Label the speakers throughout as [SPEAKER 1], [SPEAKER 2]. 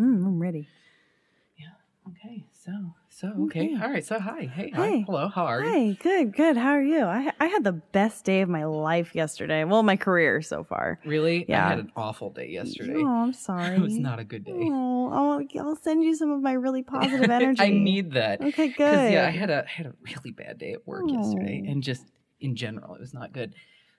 [SPEAKER 1] Mm, I'm ready.
[SPEAKER 2] Okay, so so okay,
[SPEAKER 1] Okay.
[SPEAKER 2] all right. So hi,
[SPEAKER 1] Hey.
[SPEAKER 2] hey, hi, hello, how are you?
[SPEAKER 1] Hey, good, good. How are you? I I had the best day of my life yesterday. Well, my career so far.
[SPEAKER 2] Really?
[SPEAKER 1] Yeah.
[SPEAKER 2] I had an awful day yesterday.
[SPEAKER 1] Oh, I'm sorry.
[SPEAKER 2] It was not a good day.
[SPEAKER 1] Oh, I'll, I'll send you some of my really positive energy.
[SPEAKER 2] I need that.
[SPEAKER 1] Okay, good.
[SPEAKER 2] Because yeah, I had a I had a really bad day at work yesterday,
[SPEAKER 1] Oh.
[SPEAKER 2] and just in general, it was not good.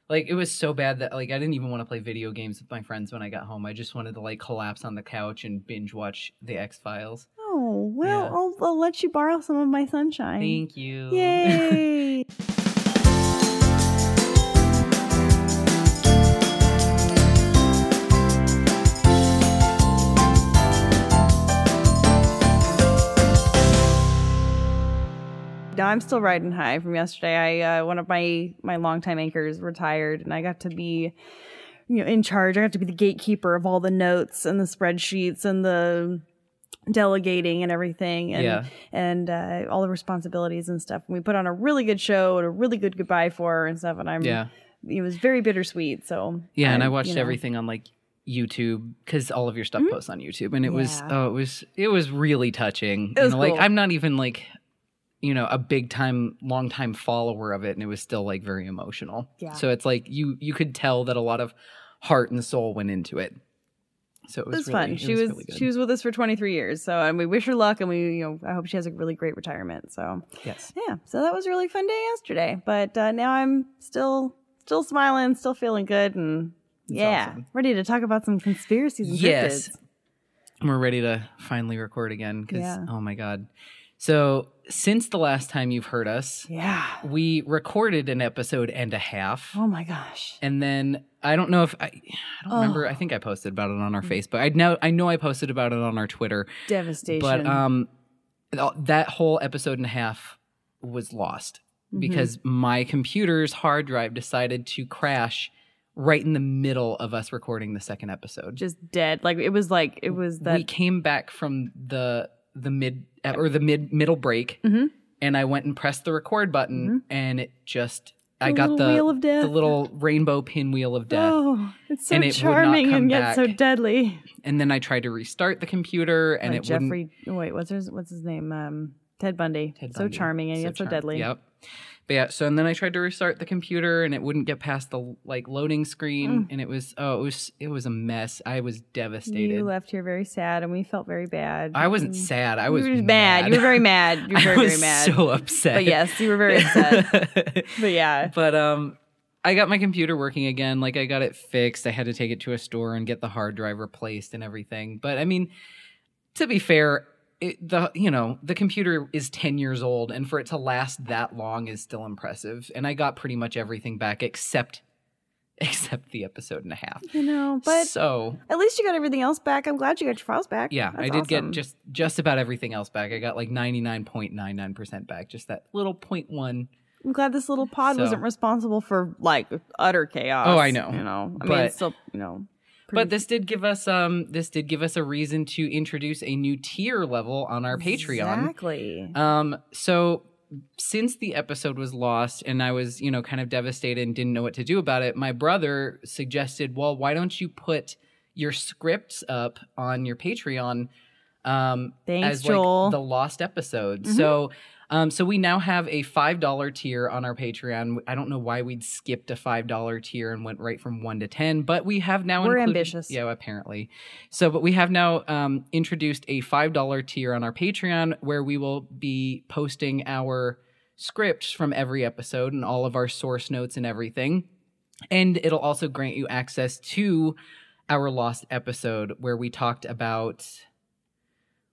[SPEAKER 2] Like it was so bad that like I didn't even want to play video games with my friends when I got home. I just wanted to like collapse on the couch and binge watch the X Files.
[SPEAKER 1] Oh, well,
[SPEAKER 2] Yeah.
[SPEAKER 1] I'll, I'll let you borrow some of my sunshine.
[SPEAKER 2] Thank you.
[SPEAKER 1] Yay. No, I'm still riding high from yesterday. I uh, one of my my longtime anchors retired, and I got to be, you know, in charge. I got to be the gatekeeper of all the notes and the spreadsheets and the delegating and everything. And
[SPEAKER 2] yeah.
[SPEAKER 1] and uh, all the responsibilities and stuff. And we put on a really good show and a really good goodbye for her and stuff. And I'm,
[SPEAKER 2] Yeah.
[SPEAKER 1] it was very bittersweet. So
[SPEAKER 2] Yeah, and I
[SPEAKER 1] you
[SPEAKER 2] watched
[SPEAKER 1] know.
[SPEAKER 2] everything on like YouTube because all of your stuff
[SPEAKER 1] Mhm.
[SPEAKER 2] posts on YouTube, and it was
[SPEAKER 1] Yeah.
[SPEAKER 2] oh, it was it was really touching.
[SPEAKER 1] It was
[SPEAKER 2] and, like
[SPEAKER 1] cool.
[SPEAKER 2] I'm not even like you know a big time, long time follower of it, and it was still like very emotional.
[SPEAKER 1] Yeah.
[SPEAKER 2] So it's like you you could tell that a lot of heart and soul went into it. So it
[SPEAKER 1] It
[SPEAKER 2] was,
[SPEAKER 1] was,
[SPEAKER 2] really,
[SPEAKER 1] fun.
[SPEAKER 2] It
[SPEAKER 1] she was,
[SPEAKER 2] really good.
[SPEAKER 1] she was with us for 23 years. So and we wish her luck and we you know I hope she has a really great retirement. So
[SPEAKER 2] yes.
[SPEAKER 1] yeah, so that was a really fun day yesterday. But uh, now I'm still still smiling, still feeling good, and
[SPEAKER 2] It's
[SPEAKER 1] yeah,
[SPEAKER 2] awesome.
[SPEAKER 1] ready to talk about some conspiracies. And
[SPEAKER 2] Yes.
[SPEAKER 1] cryptids.
[SPEAKER 2] And we're ready to finally record again because
[SPEAKER 1] Yeah.
[SPEAKER 2] oh my god. So since the last time you've heard us,
[SPEAKER 1] Yeah.
[SPEAKER 2] we recorded an episode and a half.
[SPEAKER 1] Oh my gosh.
[SPEAKER 2] And then I don't know if I, I don't remember.
[SPEAKER 1] Oh.
[SPEAKER 2] I think I posted about it on our Facebook. I know I know I posted about it on our Twitter.
[SPEAKER 1] Devastation.
[SPEAKER 2] But um, th- that whole episode and a half was lost
[SPEAKER 1] Mhm.
[SPEAKER 2] because my computer's hard drive decided to crash right in the middle of us recording the second episode.
[SPEAKER 1] just dead. Like it was like it was that
[SPEAKER 2] we came back from the the mid uh, or the mid middle break,
[SPEAKER 1] Mhm.
[SPEAKER 2] and I went and pressed the record button, and it just I
[SPEAKER 1] Mm-hmm. The
[SPEAKER 2] got
[SPEAKER 1] little
[SPEAKER 2] the
[SPEAKER 1] wheel of death.
[SPEAKER 2] the little rainbow pinwheel of death.
[SPEAKER 1] Oh, it's so
[SPEAKER 2] And it would not
[SPEAKER 1] charming and
[SPEAKER 2] come
[SPEAKER 1] yet so
[SPEAKER 2] back.
[SPEAKER 1] deadly.
[SPEAKER 2] and then I tried to restart the computer, and
[SPEAKER 1] like
[SPEAKER 2] it wouldn't.
[SPEAKER 1] Jeffrey. oh, Wait, what's his what's his name? Um, Ted Bundy.
[SPEAKER 2] Ted
[SPEAKER 1] so
[SPEAKER 2] Bundy.
[SPEAKER 1] charming and yet so
[SPEAKER 2] charm-
[SPEAKER 1] deadly.
[SPEAKER 2] Yep. But yeah, so and then I tried to restart the computer, and it wouldn't get past the like loading screen, and it was oh, it was it was a mess. I was devastated.
[SPEAKER 1] Mm. You left here very sad, and we felt very bad.
[SPEAKER 2] I wasn't
[SPEAKER 1] And
[SPEAKER 2] sad. I
[SPEAKER 1] you
[SPEAKER 2] was
[SPEAKER 1] were just mad. You were very mad. You were very
[SPEAKER 2] I was
[SPEAKER 1] very mad.
[SPEAKER 2] so upset.
[SPEAKER 1] But yes, you were very upset. but yeah,
[SPEAKER 2] but um. I got my computer working again. Like I got it fixed. I had to take it to a store and get the hard drive replaced and everything. But I mean, to be fair, it, the you know the computer is 10 years old and for it to last that long is still impressive and i got pretty much everything back except except the episode and a half
[SPEAKER 1] you know. But
[SPEAKER 2] so
[SPEAKER 1] at least you got everything else back. I'm glad you got your files back.
[SPEAKER 2] yeah i
[SPEAKER 1] That's
[SPEAKER 2] did get
[SPEAKER 1] awesome.
[SPEAKER 2] just just about everything else back i got like 99.99% back just that little point one
[SPEAKER 1] I'm glad this little pod
[SPEAKER 2] So-
[SPEAKER 1] wasn't responsible for like utter chaos.
[SPEAKER 2] Oh, I know.
[SPEAKER 1] You know, I mean,
[SPEAKER 2] But-
[SPEAKER 1] it's still you know.
[SPEAKER 2] but this did give us um this did give us a reason to introduce a new tier level on our patreon
[SPEAKER 1] Exactly.
[SPEAKER 2] Um, so since the episode was lost and I was, you know, kind of devastated and didn't know what to do about it, my brother suggested, well, why don't you put your scripts up on your Patreon um
[SPEAKER 1] Thanks,
[SPEAKER 2] as
[SPEAKER 1] Joel.
[SPEAKER 2] like the lost episode.
[SPEAKER 1] Mhm.
[SPEAKER 2] So um so we now have a five dollar tier on our Patreon. I don't know why we'd skipped a five dollar tier and went right from one to ten, but we have now
[SPEAKER 1] We're
[SPEAKER 2] included-
[SPEAKER 1] ambitious.
[SPEAKER 2] Yeah, apparently. So, but we have now um, introduced a $5 tier on our Patreon where we will be posting our scripts from every episode and all of our source notes and everything. And it'll also grant you access to our lost episode where we talked about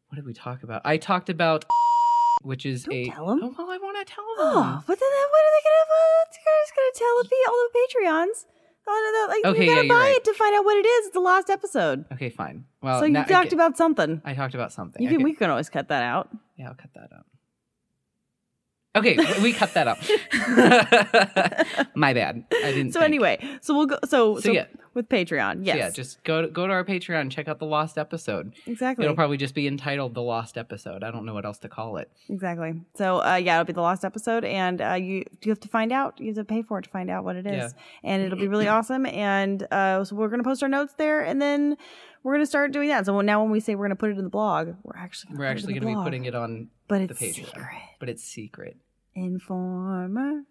[SPEAKER 2] what did we talk about? I talked about which is
[SPEAKER 1] Don't
[SPEAKER 2] a
[SPEAKER 1] tell 'em.
[SPEAKER 2] Oh, well, I want to tell
[SPEAKER 1] Oh,
[SPEAKER 2] them.
[SPEAKER 1] but then what are they gonna? Well, it's gonna- it's gonna tell the pe- all the Patreons. Oh, no, no, like
[SPEAKER 2] Okay,
[SPEAKER 1] you
[SPEAKER 2] yeah,
[SPEAKER 1] gotta
[SPEAKER 2] you're
[SPEAKER 1] buy
[SPEAKER 2] right.
[SPEAKER 1] it to find out what it is. It's the last episode,
[SPEAKER 2] Okay, fine. Well,
[SPEAKER 1] so you
[SPEAKER 2] now-
[SPEAKER 1] talked
[SPEAKER 2] okay,
[SPEAKER 1] about something.
[SPEAKER 2] I Mm, talked about something.
[SPEAKER 1] You can,
[SPEAKER 2] Okay.
[SPEAKER 1] we can always cut that out.
[SPEAKER 2] Yeah, I'll cut that up. Okay, we- we cut that up. My bad. I didn't.
[SPEAKER 1] So
[SPEAKER 2] think.
[SPEAKER 1] anyway, so we'll go. So
[SPEAKER 2] So,
[SPEAKER 1] so,
[SPEAKER 2] yeah,
[SPEAKER 1] with Patreon. Yes,
[SPEAKER 2] So yeah, just go to, go to our Patreon and check out the lost episode.
[SPEAKER 1] exactly.
[SPEAKER 2] It'll probably just be entitled the lost episode. I don't know what else to call it.
[SPEAKER 1] Exactly. So uh, yeah, it'll be the last episode, and uh, you you have to find out. You have to pay for it to find out what it is,
[SPEAKER 2] Yeah.
[SPEAKER 1] and it'll be really awesome. And uh, so we're gonna post our notes there, and then we're gonna start doing that. So now when we say we're gonna put it in the blog, we're actually
[SPEAKER 2] We're actually going to be putting
[SPEAKER 1] in
[SPEAKER 2] it on,
[SPEAKER 1] but
[SPEAKER 2] the
[SPEAKER 1] it's
[SPEAKER 2] Patreon.
[SPEAKER 1] secret.
[SPEAKER 2] but it's secret.
[SPEAKER 1] Informer.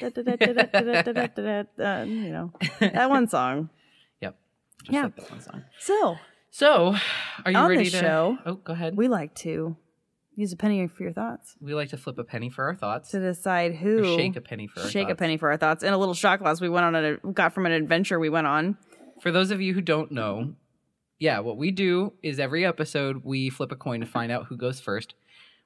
[SPEAKER 1] Da, da, da, da, da, da, da, da, da, da. Uh, you know that one song.
[SPEAKER 2] Just
[SPEAKER 1] Yeah.
[SPEAKER 2] like that one song.
[SPEAKER 1] So
[SPEAKER 2] So, are you
[SPEAKER 1] On
[SPEAKER 2] ready
[SPEAKER 1] this
[SPEAKER 2] to
[SPEAKER 1] show,
[SPEAKER 2] Oh, go ahead. We,
[SPEAKER 1] we like to use a penny for your thoughts
[SPEAKER 2] like to flip a penny for our thoughts.
[SPEAKER 1] to decide
[SPEAKER 2] Or
[SPEAKER 1] who
[SPEAKER 2] shake a penny for our
[SPEAKER 1] shake a
[SPEAKER 2] thoughts.
[SPEAKER 1] penny for our thoughts and a little shot glass we went on a got from an adventure we went on
[SPEAKER 2] For those of you who don't know, yeah, what we do is every episode we flip a coin to find out who goes first.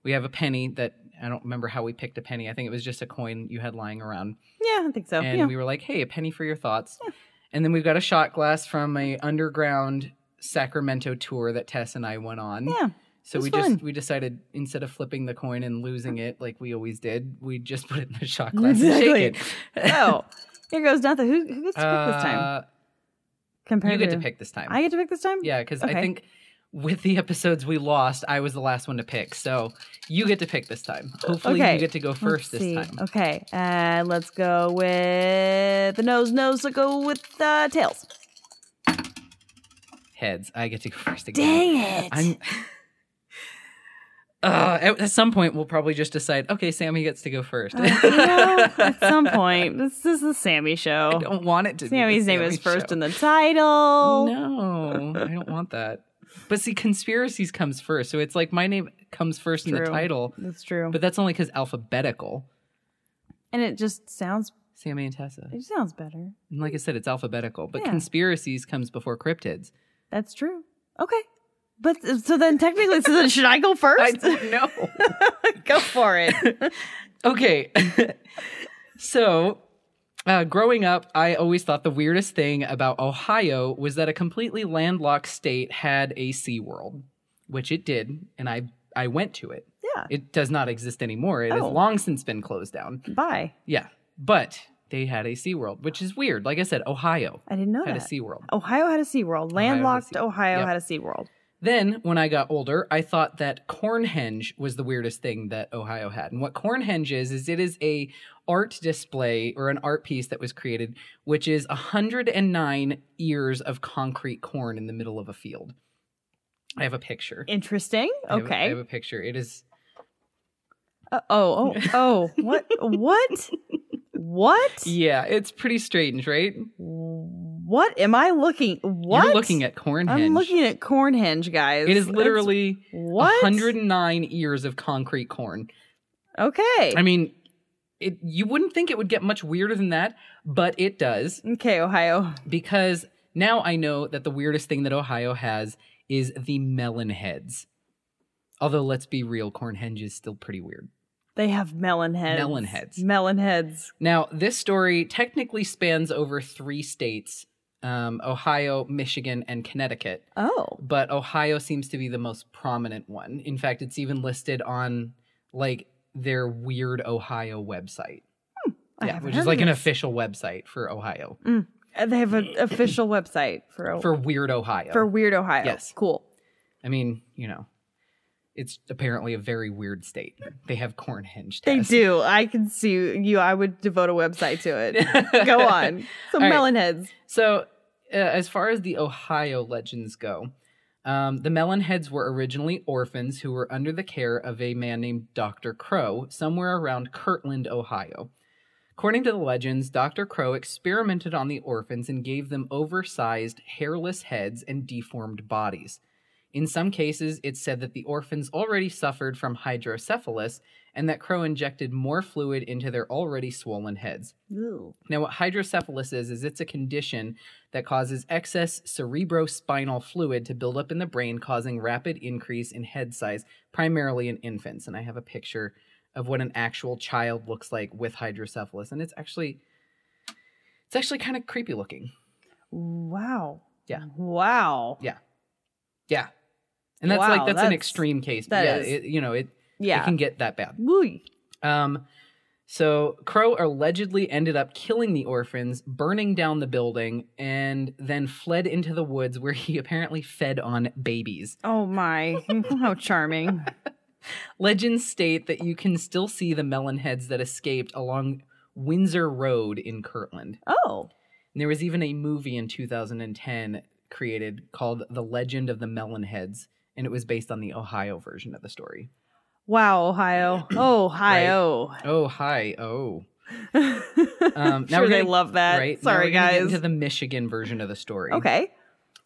[SPEAKER 2] We have a penny that I don't remember how we picked a penny. I think it was just a coin you had lying around.
[SPEAKER 1] yeah i think so
[SPEAKER 2] and
[SPEAKER 1] yeah
[SPEAKER 2] we were like, "Hey, a penny for your thoughts." And then we've got a shot glass from a underground Sacramento tour that Tess and I went on.
[SPEAKER 1] yeah
[SPEAKER 2] so
[SPEAKER 1] was
[SPEAKER 2] we
[SPEAKER 1] fun.
[SPEAKER 2] just we decided instead of flipping the coin and losing it like we always did, we just put it in the shot glass and shake it.
[SPEAKER 1] so here goes nothing who, who gets to pick this time
[SPEAKER 2] Uh,
[SPEAKER 1] compared
[SPEAKER 2] you get to pick this time.
[SPEAKER 1] i get to pick this time
[SPEAKER 2] yeah, because
[SPEAKER 1] okay.
[SPEAKER 2] I think with the episodes we lost, I was the last one to pick. So you get to pick this time. Hopefully,
[SPEAKER 1] Okay.
[SPEAKER 2] you get to go
[SPEAKER 1] Let's
[SPEAKER 2] 1st this
[SPEAKER 1] see.
[SPEAKER 2] time.
[SPEAKER 1] okay uh let's go with the nose nose let go with uh tails
[SPEAKER 2] Heads, I get to go first again.
[SPEAKER 1] dang it
[SPEAKER 2] I'm. Uh, at, at some point, we'll probably just decide. Okay, Sammy gets to go first.
[SPEAKER 1] Uh, you know, at some point this is the sammy
[SPEAKER 2] I
[SPEAKER 1] show
[SPEAKER 2] don't want it to.
[SPEAKER 1] sammy's
[SPEAKER 2] be the
[SPEAKER 1] name is
[SPEAKER 2] Sammy
[SPEAKER 1] first
[SPEAKER 2] show.
[SPEAKER 1] in the title
[SPEAKER 2] No, I don't want that. But see, conspiracies comes first, so it's like my name comes first in the
[SPEAKER 1] True.
[SPEAKER 2] title.
[SPEAKER 1] that's true
[SPEAKER 2] But that's only because alphabetical.
[SPEAKER 1] and it just sounds
[SPEAKER 2] Sammy and Tessa.
[SPEAKER 1] it sounds better
[SPEAKER 2] And like I said, it's alphabetical. But
[SPEAKER 1] Yeah.
[SPEAKER 2] conspiracies comes before cryptids.
[SPEAKER 1] That's true. Okay. But so then technically, so then should I go first?
[SPEAKER 2] know.
[SPEAKER 1] go for it.
[SPEAKER 2] Okay. so, uh, growing up, I always thought the weirdest thing about Ohio was that a completely landlocked state had a SeaWorld, which it did, and I I went to it.
[SPEAKER 1] Yeah.
[SPEAKER 2] It does not exist anymore. It has
[SPEAKER 1] Oh.
[SPEAKER 2] long since been closed down.
[SPEAKER 1] Bye.
[SPEAKER 2] Yeah. But they had a SeaWorld, which is weird. Like I said, Ohio
[SPEAKER 1] I didn't know
[SPEAKER 2] had a
[SPEAKER 1] that.
[SPEAKER 2] SeaWorld.
[SPEAKER 1] Ohio had a SeaWorld. Landlocked
[SPEAKER 2] sea-
[SPEAKER 1] Ohio
[SPEAKER 2] Yep.
[SPEAKER 1] had a SeaWorld.
[SPEAKER 2] Then, when I got older, I thought that Cornhenge was the weirdest thing that Ohio had. And what Cornhenge is, is it is a art display or an art piece that was created, which is 109 ears of concrete corn in the middle of a field. I have a picture.
[SPEAKER 1] Interesting.
[SPEAKER 2] I have a- I
[SPEAKER 1] Okay.
[SPEAKER 2] have a picture. It is
[SPEAKER 1] Uh, oh, oh, oh. What? What? What?
[SPEAKER 2] yeah, it's pretty strange, right?
[SPEAKER 1] What am I looking? What?
[SPEAKER 2] You're looking at Cornhenge.
[SPEAKER 1] I'm looking at Cornhenge, guys.
[SPEAKER 2] it is
[SPEAKER 1] That's-
[SPEAKER 2] literally
[SPEAKER 1] what?
[SPEAKER 2] 109 ears of concrete corn.
[SPEAKER 1] Okay.
[SPEAKER 2] I mean, it, you wouldn't think it would get much weirder than that, but it does
[SPEAKER 1] okay, Ohio.
[SPEAKER 2] because now I know that the weirdest thing that Ohio has is the melon heads. Although, let's be real, Cornhenge is still pretty weird.
[SPEAKER 1] They have melon heads.
[SPEAKER 2] Melon heads.
[SPEAKER 1] Melon heads.
[SPEAKER 2] Now, this story technically spans over three states um, Ohio, Michigan, and Connecticut,
[SPEAKER 1] Oh.
[SPEAKER 2] but Ohio seems to be the most prominent one. In fact, it's even listed on like their weird Ohio website.
[SPEAKER 1] I
[SPEAKER 2] yeah,
[SPEAKER 1] haven't
[SPEAKER 2] which
[SPEAKER 1] heard
[SPEAKER 2] is
[SPEAKER 1] of
[SPEAKER 2] like an
[SPEAKER 1] this.
[SPEAKER 2] official website for Ohio
[SPEAKER 1] Uh, They have an official website for
[SPEAKER 2] for Weird Ohio.
[SPEAKER 1] Oh. for Weird Ohio.
[SPEAKER 2] Yes.
[SPEAKER 1] cool.
[SPEAKER 2] I mean, you know, it's apparently a very weird state. They have Cornhenge.
[SPEAKER 1] They
[SPEAKER 2] tests.
[SPEAKER 1] do. I can see you. I would devote a website to it. Go on. So
[SPEAKER 2] All right.
[SPEAKER 1] melon heads.
[SPEAKER 2] So, uh, as far as the Ohio legends go, um, the Melonheads were originally orphans who were under the care of a man named Dr. Crow somewhere around Kirtland, Ohio. According to the legends, Dr. Crow experimented on the orphans and gave them oversized, hairless heads and deformed bodies. In some cases, it's said that the orphans already suffered from hydrocephalus and that Crow injected more fluid into their already swollen heads. Now, what hydrocephalus is, is it's a condition that causes excess cerebrospinal fluid to build up in the brain, causing rapid increase in head size, primarily in infants. And I have a picture of what an actual child looks like with hydrocephalus, and it's actually it's actually kind of creepy looking.
[SPEAKER 1] Wow.
[SPEAKER 2] Yeah.
[SPEAKER 1] Wow.
[SPEAKER 2] Yeah. Yeah, and that's like
[SPEAKER 1] Wow,
[SPEAKER 2] that's, an
[SPEAKER 1] that's-
[SPEAKER 2] extreme case.
[SPEAKER 1] that
[SPEAKER 2] But yeah,
[SPEAKER 1] is-
[SPEAKER 2] it, you know it, it
[SPEAKER 1] Yeah.
[SPEAKER 2] can get that bad.
[SPEAKER 1] Woo.
[SPEAKER 2] Um, So Crow allegedly ended up killing the orphans, burning down the building, and then fled into the woods where he apparently fed on babies.
[SPEAKER 1] Oh my, how charming.
[SPEAKER 2] Legends state that you can still see the melon heads that escaped along Windsor Road in Kirtland.
[SPEAKER 1] Oh,
[SPEAKER 2] And there was even a movie in 2010 created called The Legend of the Melon Heads, and it was based on the Ohio version of the story.
[SPEAKER 1] wow, Ohio. Ohio.
[SPEAKER 2] Oh, hi. Oh.
[SPEAKER 1] um,
[SPEAKER 2] Um, now
[SPEAKER 1] sure
[SPEAKER 2] we're
[SPEAKER 1] they
[SPEAKER 2] gonna-
[SPEAKER 1] love that.
[SPEAKER 2] right. now
[SPEAKER 1] Uh, Sorry,
[SPEAKER 2] we're gonna get
[SPEAKER 1] guys.
[SPEAKER 2] Into the Michigan version of the story.
[SPEAKER 1] okay.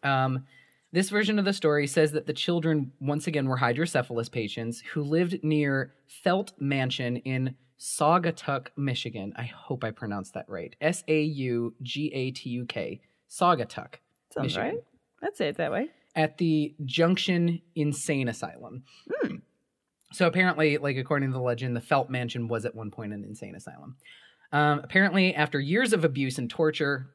[SPEAKER 2] Um, this version of the story says that the children once again were hydrocephalus patients who lived near Felt Mansion in Saugatuck, Michigan. I hope I pronounced that right. S A U G A T U K. Saugatuck.
[SPEAKER 1] Sounds
[SPEAKER 2] Michigan.
[SPEAKER 1] right. I'd say it that way.
[SPEAKER 2] At the Junction Insane Asylum. So apparently, like according to the legend, the Felt Mansion was at one point an insane asylum. Um, apparently, after years of abuse and torture,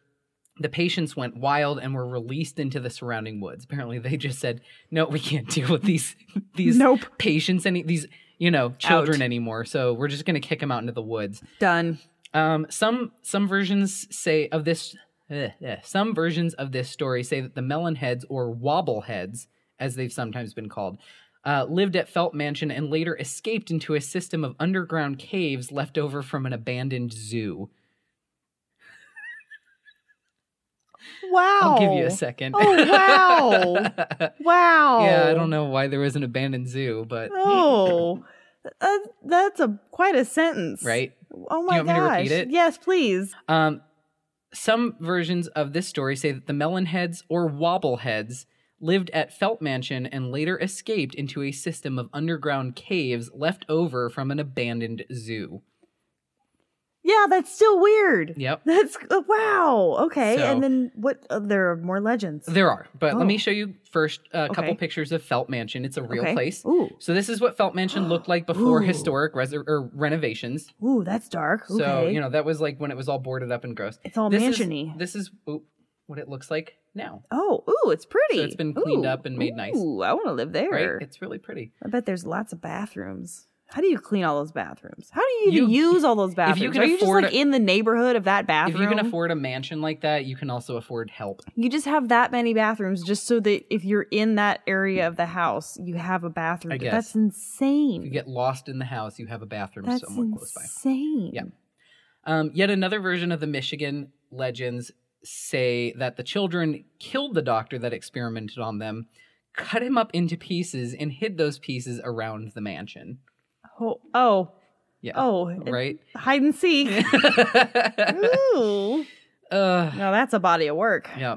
[SPEAKER 2] the patients went wild and were released into the surrounding woods. Apparently, they just said, "No, we can't deal with these these
[SPEAKER 1] Nope.
[SPEAKER 2] patients any these you know children anymore. So we're just going to kick them out into the woods."
[SPEAKER 1] Done.
[SPEAKER 2] Um, some some versions say of this. eh, eh, some versions of this story say that the melon heads or wobble heads, as they've sometimes been called, uh, lived at Felt Mansion and later escaped into a system of underground caves left over from an abandoned zoo.
[SPEAKER 1] Wow.
[SPEAKER 2] I'll give you a second.
[SPEAKER 1] Oh, wow. Oh. Wow.
[SPEAKER 2] yeah, I don't know why there was an abandoned zoo, but
[SPEAKER 1] Oh, uh, that's a quite a sentence,
[SPEAKER 2] right.
[SPEAKER 1] Oh my
[SPEAKER 2] want me to
[SPEAKER 1] gosh!
[SPEAKER 2] repeat it?
[SPEAKER 1] Yes, please.
[SPEAKER 2] Um, some versions of this story say that the melon heads or wobble heads lived at Felt Mansion and later escaped into a system of underground caves left over from an abandoned zoo.
[SPEAKER 1] Yeah, that's still weird.
[SPEAKER 2] Yep.
[SPEAKER 1] That's uh, wow. Okay,
[SPEAKER 2] So-
[SPEAKER 1] and then what? Uh, there are more legends.
[SPEAKER 2] There are, but
[SPEAKER 1] Oh.
[SPEAKER 2] let me show you first uh, a couple
[SPEAKER 1] Okay.
[SPEAKER 2] pictures of Felt Mansion. It's a real
[SPEAKER 1] Okay.
[SPEAKER 2] place.
[SPEAKER 1] Ooh,
[SPEAKER 2] So this is what Felt Mansion looked like before
[SPEAKER 1] Ooh.
[SPEAKER 2] historic res- or renovations.
[SPEAKER 1] ooh, that's dark.
[SPEAKER 2] So
[SPEAKER 1] okay,
[SPEAKER 2] you know that was like when it was all boarded up and gross.
[SPEAKER 1] it's all
[SPEAKER 2] This
[SPEAKER 1] mansiony.
[SPEAKER 2] is this is oop, what it looks like now.
[SPEAKER 1] oh, ooh, it's pretty.
[SPEAKER 2] So it's been cleaned
[SPEAKER 1] Ooh,
[SPEAKER 2] up and made nice.
[SPEAKER 1] Ooh, I want to live
[SPEAKER 2] Right?
[SPEAKER 1] there.
[SPEAKER 2] It's really pretty.
[SPEAKER 1] I bet there's lots of bathrooms. How do you clean all those bathrooms? How do you, even
[SPEAKER 2] You-
[SPEAKER 1] use all those bathrooms?
[SPEAKER 2] can
[SPEAKER 1] are you just
[SPEAKER 2] afford
[SPEAKER 1] like
[SPEAKER 2] a-
[SPEAKER 1] in the neighborhood of that bathroom?
[SPEAKER 2] If you can afford a mansion like that, you can also afford help.
[SPEAKER 1] you just have that many bathrooms just so that if you're in that area of the house, you have a bathroom.
[SPEAKER 2] I guess.
[SPEAKER 1] That's
[SPEAKER 2] If
[SPEAKER 1] insane.
[SPEAKER 2] you get lost in the house, you have a bathroom
[SPEAKER 1] That's
[SPEAKER 2] somewhat
[SPEAKER 1] insane.
[SPEAKER 2] close by. Yeah. Um, yet another version of the Michigan legends say that the children killed the doctor that experimented on them, cut him up into pieces, and hid those pieces around the mansion.
[SPEAKER 1] Oh, oh,
[SPEAKER 2] Yeah.
[SPEAKER 1] oh,
[SPEAKER 2] Right?
[SPEAKER 1] hide and seek. Ooh.
[SPEAKER 2] Ugh.
[SPEAKER 1] No, that's a body of work.
[SPEAKER 2] Yeah.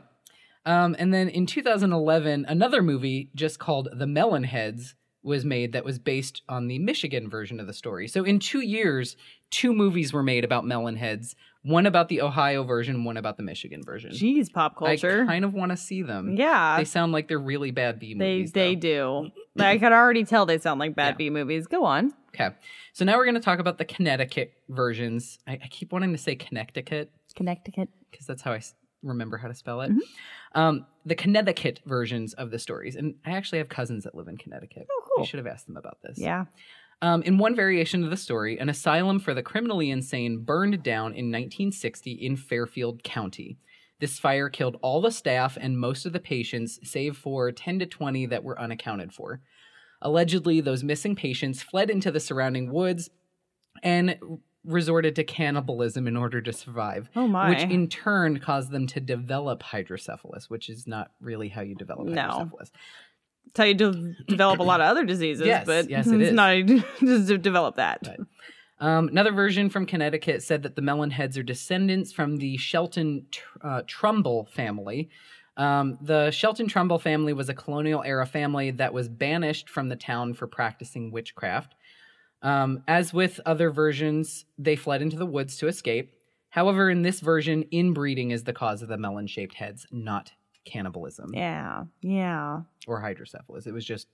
[SPEAKER 2] Um, and then in 2011, another movie just called The Melon Heads was made that was based on the Michigan version of the story. So in two years, two movies were made about melon heads one about the Ohio version, one about the Michigan version.
[SPEAKER 1] Jeez, pop culture.
[SPEAKER 2] I kind of want to see them.
[SPEAKER 1] yeah,
[SPEAKER 2] They sound like they're really bad B
[SPEAKER 1] they
[SPEAKER 2] movies.
[SPEAKER 1] they
[SPEAKER 2] though.
[SPEAKER 1] do. I could already tell they sound like bad B
[SPEAKER 2] Yeah.
[SPEAKER 1] movies. Go on.
[SPEAKER 2] Okay. So now we're going to talk about the Connecticut versions. I, I keep wanting to say Connecticut.
[SPEAKER 1] Connecticut.
[SPEAKER 2] because that's how I s- remember how to spell it.
[SPEAKER 1] Mhm.
[SPEAKER 2] Um, the Connecticut versions of the stories, and I actually have cousins that live in Connecticut.
[SPEAKER 1] Oh, cool.
[SPEAKER 2] I should have asked them about this.
[SPEAKER 1] Yeah.
[SPEAKER 2] Um, in one variation of the story, an asylum for the criminally insane burned down in 1960 in Fairfield County. This fire killed all the staff and most of the patients, save for 10 to 20 that were unaccounted for. Allegedly, those missing patients fled into the surrounding woods and resorted to cannibalism in order to survive
[SPEAKER 1] Oh my.
[SPEAKER 2] which in turn caused them to develop hydrocephalus, which is not really how you develop
[SPEAKER 1] No.
[SPEAKER 2] hydrocephalus.
[SPEAKER 1] It's how you de- develop a lot of other diseases,
[SPEAKER 2] Yes,
[SPEAKER 1] but
[SPEAKER 2] yes, it
[SPEAKER 1] it's
[SPEAKER 2] is.
[SPEAKER 1] not how you just to develop that.
[SPEAKER 2] Right. Um, another version from Connecticut said that the melon heads are descendants from the Shelton Tr- uh, Trumbull family. Um, the Shelton Trumbull family was a colonial era family that was banished from the town for practicing witchcraft. Um, as with other versions, they fled into the woods to escape. However, in this version, inbreeding is the cause of the melon shaped heads, not cannibalism.
[SPEAKER 1] Yeah, yeah.
[SPEAKER 2] or hydrocephalus. It was just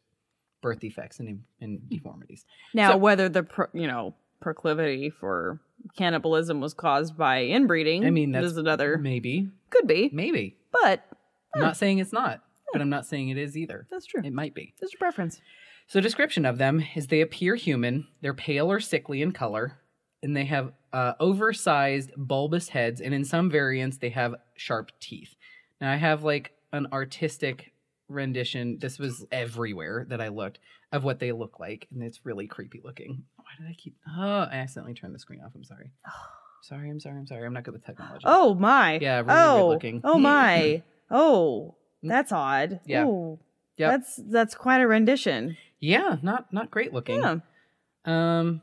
[SPEAKER 2] birth defects and, and deformities.
[SPEAKER 1] Now,
[SPEAKER 2] So-
[SPEAKER 1] whether the pro, you know proclivity for cannibalism was caused by inbreeding,
[SPEAKER 2] I mean, that's
[SPEAKER 1] Hmm. is another
[SPEAKER 2] Maybe,
[SPEAKER 1] could be,
[SPEAKER 2] maybe.
[SPEAKER 1] but
[SPEAKER 2] I'm not saying it's not, but I'm not saying it is either.
[SPEAKER 1] that's true.
[SPEAKER 2] It might be.
[SPEAKER 1] That's your preference.
[SPEAKER 2] So, description of them is they appear human. They're pale or sickly in color. and they have uh, oversized bulbous heads, and in some variants they have sharp teeth. Now I have like an artistic rendition. This was everywhere that I looked of what they look like, and it's really creepy looking. Why did I keep? Oh, I accidentally turned the screen off. I'm sorry. Sorry, I'm sorry, I'm sorry. I'm not good with technology.
[SPEAKER 1] Oh my.
[SPEAKER 2] Yeah, really
[SPEAKER 1] oh.
[SPEAKER 2] weird looking. Mm.
[SPEAKER 1] Oh my. oh, that's odd.
[SPEAKER 2] Yeah.
[SPEAKER 1] Ooh.
[SPEAKER 2] Yep.
[SPEAKER 1] That's that's quite a rendition.
[SPEAKER 2] yeah, not not great looking.
[SPEAKER 1] Yeah.
[SPEAKER 2] Um,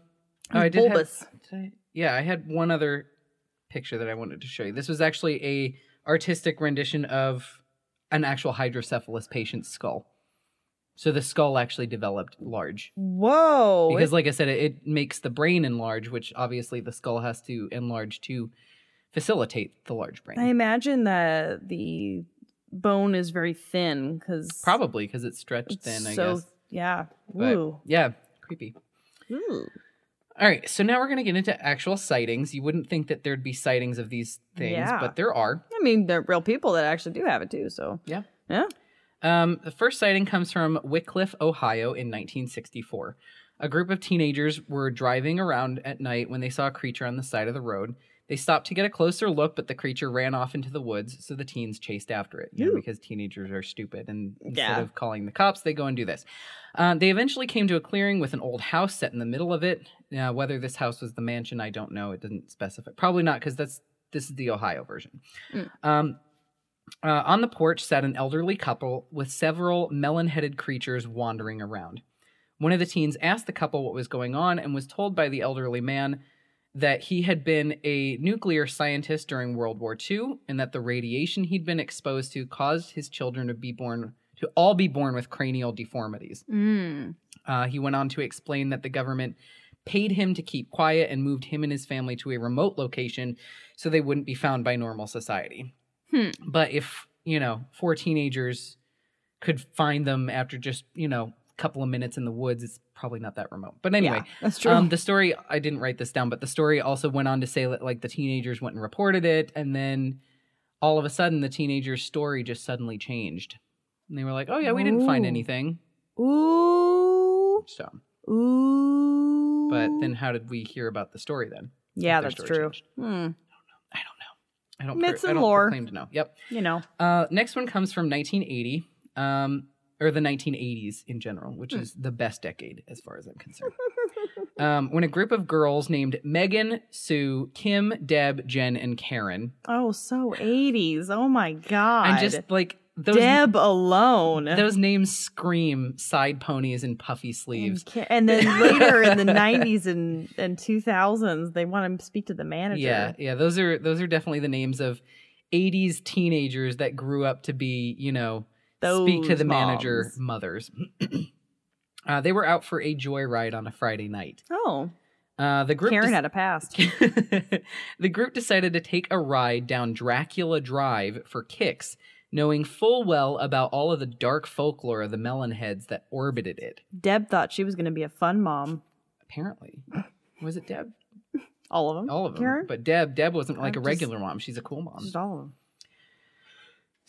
[SPEAKER 2] oh,
[SPEAKER 1] He's
[SPEAKER 2] I did have-
[SPEAKER 1] bulbous.
[SPEAKER 2] did I- yeah, I had one other picture that I wanted to show you. This was actually a artistic rendition of an actual hydrocephalus patient's skull. So the skull actually developed large.
[SPEAKER 1] Whoa.
[SPEAKER 2] Because
[SPEAKER 1] It-
[SPEAKER 2] like I said, it, it makes the brain enlarge, which obviously the skull has to enlarge to facilitate the large brain.
[SPEAKER 1] I imagine that the bone is very thin because
[SPEAKER 2] Probably because it's stretched thin, I guess.
[SPEAKER 1] Yeah.
[SPEAKER 2] But-
[SPEAKER 1] Ooh.
[SPEAKER 2] Yeah, creepy.
[SPEAKER 1] Ooh.
[SPEAKER 2] All right, so now we're going to get into actual sightings. You wouldn't think that there'd be sightings of these things,
[SPEAKER 1] Yeah.
[SPEAKER 2] but there are.
[SPEAKER 1] I mean, they're real people that actually do have it too. So
[SPEAKER 2] Um, the first sighting comes from Wycliffe, Ohio in 1964. A group of teenagers were driving around at night when they saw a creature on the side of the road. They stopped to get a closer look, but the creature ran off into the woods, so the teens chased after it. You know,
[SPEAKER 1] Ooh.
[SPEAKER 2] because teenagers are stupid, and instead
[SPEAKER 1] Yeah.
[SPEAKER 2] of calling the cops, they go and do this. Uh, they eventually came to a clearing with an old house set in the middle of it. Now, whether this house was the mansion, I don't know. It didn't specify. Probably not, because that's this is the Ohio version.
[SPEAKER 1] Mm.
[SPEAKER 2] Um, uh, on the porch sat an elderly couple with several melon-headed creatures wandering around. One of the teens asked the couple what was going on and was told by the elderly man that he had been a nuclear scientist during World War II and that the radiation he'd been exposed to caused his children to be born to all be born with cranial deformities.
[SPEAKER 1] mm.
[SPEAKER 2] Uh, he went on to explain that the government paid him to keep quiet and moved him and his family to a remote location so they wouldn't be found by normal society.
[SPEAKER 1] Hmm.
[SPEAKER 2] But if, you know, four teenagers could find them after just, you know, a couple of minutes in the woods, it's probably not that remote. But anyway,
[SPEAKER 1] Yeah, that's true.
[SPEAKER 2] um, the story, I didn't write this down, but the story also went on to say that, like, the teenagers went and reported it. And then all of a sudden, the teenager's story just suddenly changed. And they were like, oh, yeah, we didn't find
[SPEAKER 1] Ooh.
[SPEAKER 2] anything.
[SPEAKER 1] Ooh.
[SPEAKER 2] So.
[SPEAKER 1] Ooh.
[SPEAKER 2] But then how did we hear about the story then?
[SPEAKER 1] Mm. yeah,
[SPEAKER 2] if their
[SPEAKER 1] that's
[SPEAKER 2] story
[SPEAKER 1] true.
[SPEAKER 2] changed?
[SPEAKER 1] Hmm.
[SPEAKER 2] I don't know. I don't,
[SPEAKER 1] Myths
[SPEAKER 2] pro- I
[SPEAKER 1] and
[SPEAKER 2] don't
[SPEAKER 1] lore.
[SPEAKER 2] claim to know. Yep.
[SPEAKER 1] You know.
[SPEAKER 2] Uh, next one comes from 1980, um, or the 1980s in general, which
[SPEAKER 1] Hmm.
[SPEAKER 2] is the best decade as far as I'm concerned. um, when a group of girls named Megan, Sue, Kim, Deb, Jen, and Karen,
[SPEAKER 1] Oh, so 80s. Oh my God.
[SPEAKER 2] and just like those
[SPEAKER 1] Deb alone.
[SPEAKER 2] those names scream side ponies and puffy sleeves.
[SPEAKER 1] And ca- And then later in the 90s and, and 2000s, they want to speak to the manager.
[SPEAKER 2] Yeah, yeah, those are those are definitely the names of 80s teenagers that grew up to be, you know, speak to
[SPEAKER 1] Those
[SPEAKER 2] the manager
[SPEAKER 1] moms.
[SPEAKER 2] mothers. uh, they were out for a joyride on a Friday night.
[SPEAKER 1] Oh,
[SPEAKER 2] Uh, the group
[SPEAKER 1] Karen
[SPEAKER 2] dec-
[SPEAKER 1] had a past.
[SPEAKER 2] the group decided to take a ride down Dracula Drive for kicks, knowing full well about all of the dark folklore of the melon heads that orbited it.
[SPEAKER 1] Deb thought she was going to be a fun mom.
[SPEAKER 2] Apparently, was it Deb?
[SPEAKER 1] All of them.
[SPEAKER 2] All of them,
[SPEAKER 1] Karen?
[SPEAKER 2] but Deb. Deb wasn't like
[SPEAKER 1] I'm
[SPEAKER 2] a
[SPEAKER 1] just-
[SPEAKER 2] regular mom. She's a cool mom.
[SPEAKER 1] Just all of them.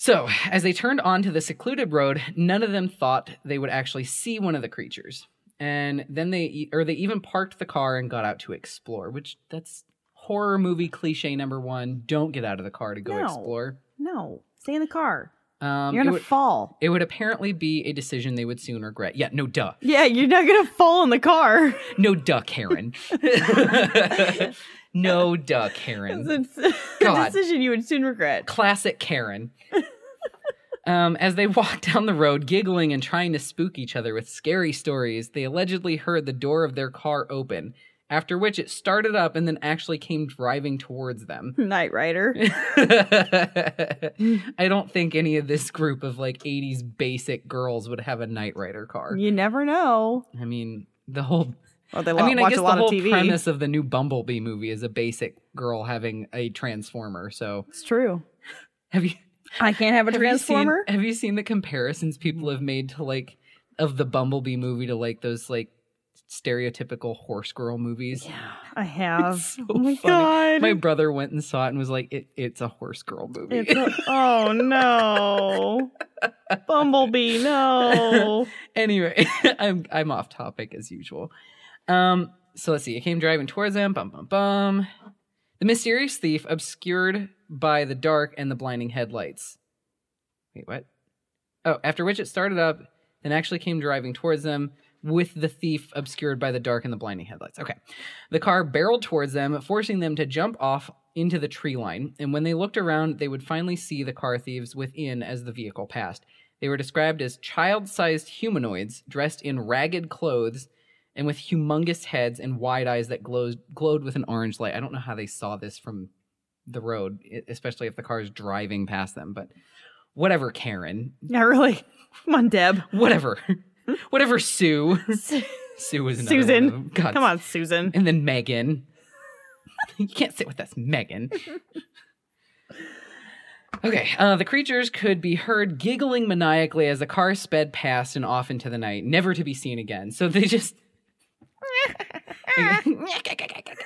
[SPEAKER 2] So, as they turned onto the secluded road, none of them thought they would actually see one of the creatures. And then they, e, or they even parked the car and got out to explore, which that's horror movie cliche number one. Don't get out of the car to go
[SPEAKER 1] No.
[SPEAKER 2] explore.
[SPEAKER 1] No, stay in the car.
[SPEAKER 2] Um,
[SPEAKER 1] You're going
[SPEAKER 2] it,
[SPEAKER 1] to
[SPEAKER 2] would,
[SPEAKER 1] fall.
[SPEAKER 2] it would apparently be a decision they would soon regret. Yeah, no duh.
[SPEAKER 1] Yeah, you're not going to fall in the car.
[SPEAKER 2] No duh, Karen. no duh, Karen.
[SPEAKER 1] It's a
[SPEAKER 2] God.
[SPEAKER 1] decision you would soon regret.
[SPEAKER 2] Classic Karen. um, as they walked down the road, giggling and trying to spook each other with scary stories, they allegedly heard the door of their car open, after which it started up and then actually came driving towards them.
[SPEAKER 1] Night Rider.
[SPEAKER 2] I don't think any of this group of like 80s basic girls would have a Knight Rider car.
[SPEAKER 1] You never know.
[SPEAKER 2] I mean, the whole
[SPEAKER 1] Well, they
[SPEAKER 2] I mean, I
[SPEAKER 1] watch
[SPEAKER 2] guess
[SPEAKER 1] a
[SPEAKER 2] the
[SPEAKER 1] lot
[SPEAKER 2] whole
[SPEAKER 1] of TV.
[SPEAKER 2] premise of the new Bumblebee movie is a basic girl having a transformer. So,
[SPEAKER 1] It's true.
[SPEAKER 2] have you
[SPEAKER 1] I can't have a
[SPEAKER 2] Have you seen-
[SPEAKER 1] transformer.
[SPEAKER 2] Have you seen, the comparisons people have made to like of the Bumblebee movie to like those like stereotypical horse girl movies?
[SPEAKER 1] Yeah, I have.
[SPEAKER 2] It's so
[SPEAKER 1] oh my
[SPEAKER 2] funny.
[SPEAKER 1] god.
[SPEAKER 2] My brother went and saw it and was like, it, "It's a horse girl movie."
[SPEAKER 1] It's a- oh no. Bumblebee, no.
[SPEAKER 2] anyway, I'm I'm off topic as usual. Um, So let's see. It came driving towards them. Bum bum bum. The mysterious thief, obscured by the dark and the blinding headlights. Wait, what? Oh, after which it started up, then actually came driving towards them with the thief obscured by the dark and the blinding headlights. Okay. The car barreled towards them, forcing them to jump off into the tree line, and when they looked around, they would finally see the car thieves within as the vehicle passed. They were described as child sized humanoids dressed in ragged clothes and with humongous heads and wide eyes that glowed, glowed with an orange light. I don't know how they saw this from the road, e- especially if the car is driving past them, but whatever, Karen.
[SPEAKER 1] Yeah, really. Come on, Deb.
[SPEAKER 2] Whatever. whatever, Sue. Sue was another
[SPEAKER 1] Susan.
[SPEAKER 2] one of them. God,
[SPEAKER 1] Come on, Susan.
[SPEAKER 2] and then Megan. you can't sit with us, Megan. okay, uh, the creatures could be heard giggling maniacally as the car sped past and off into the night, never to be seen again. So they just.
[SPEAKER 1] Ah.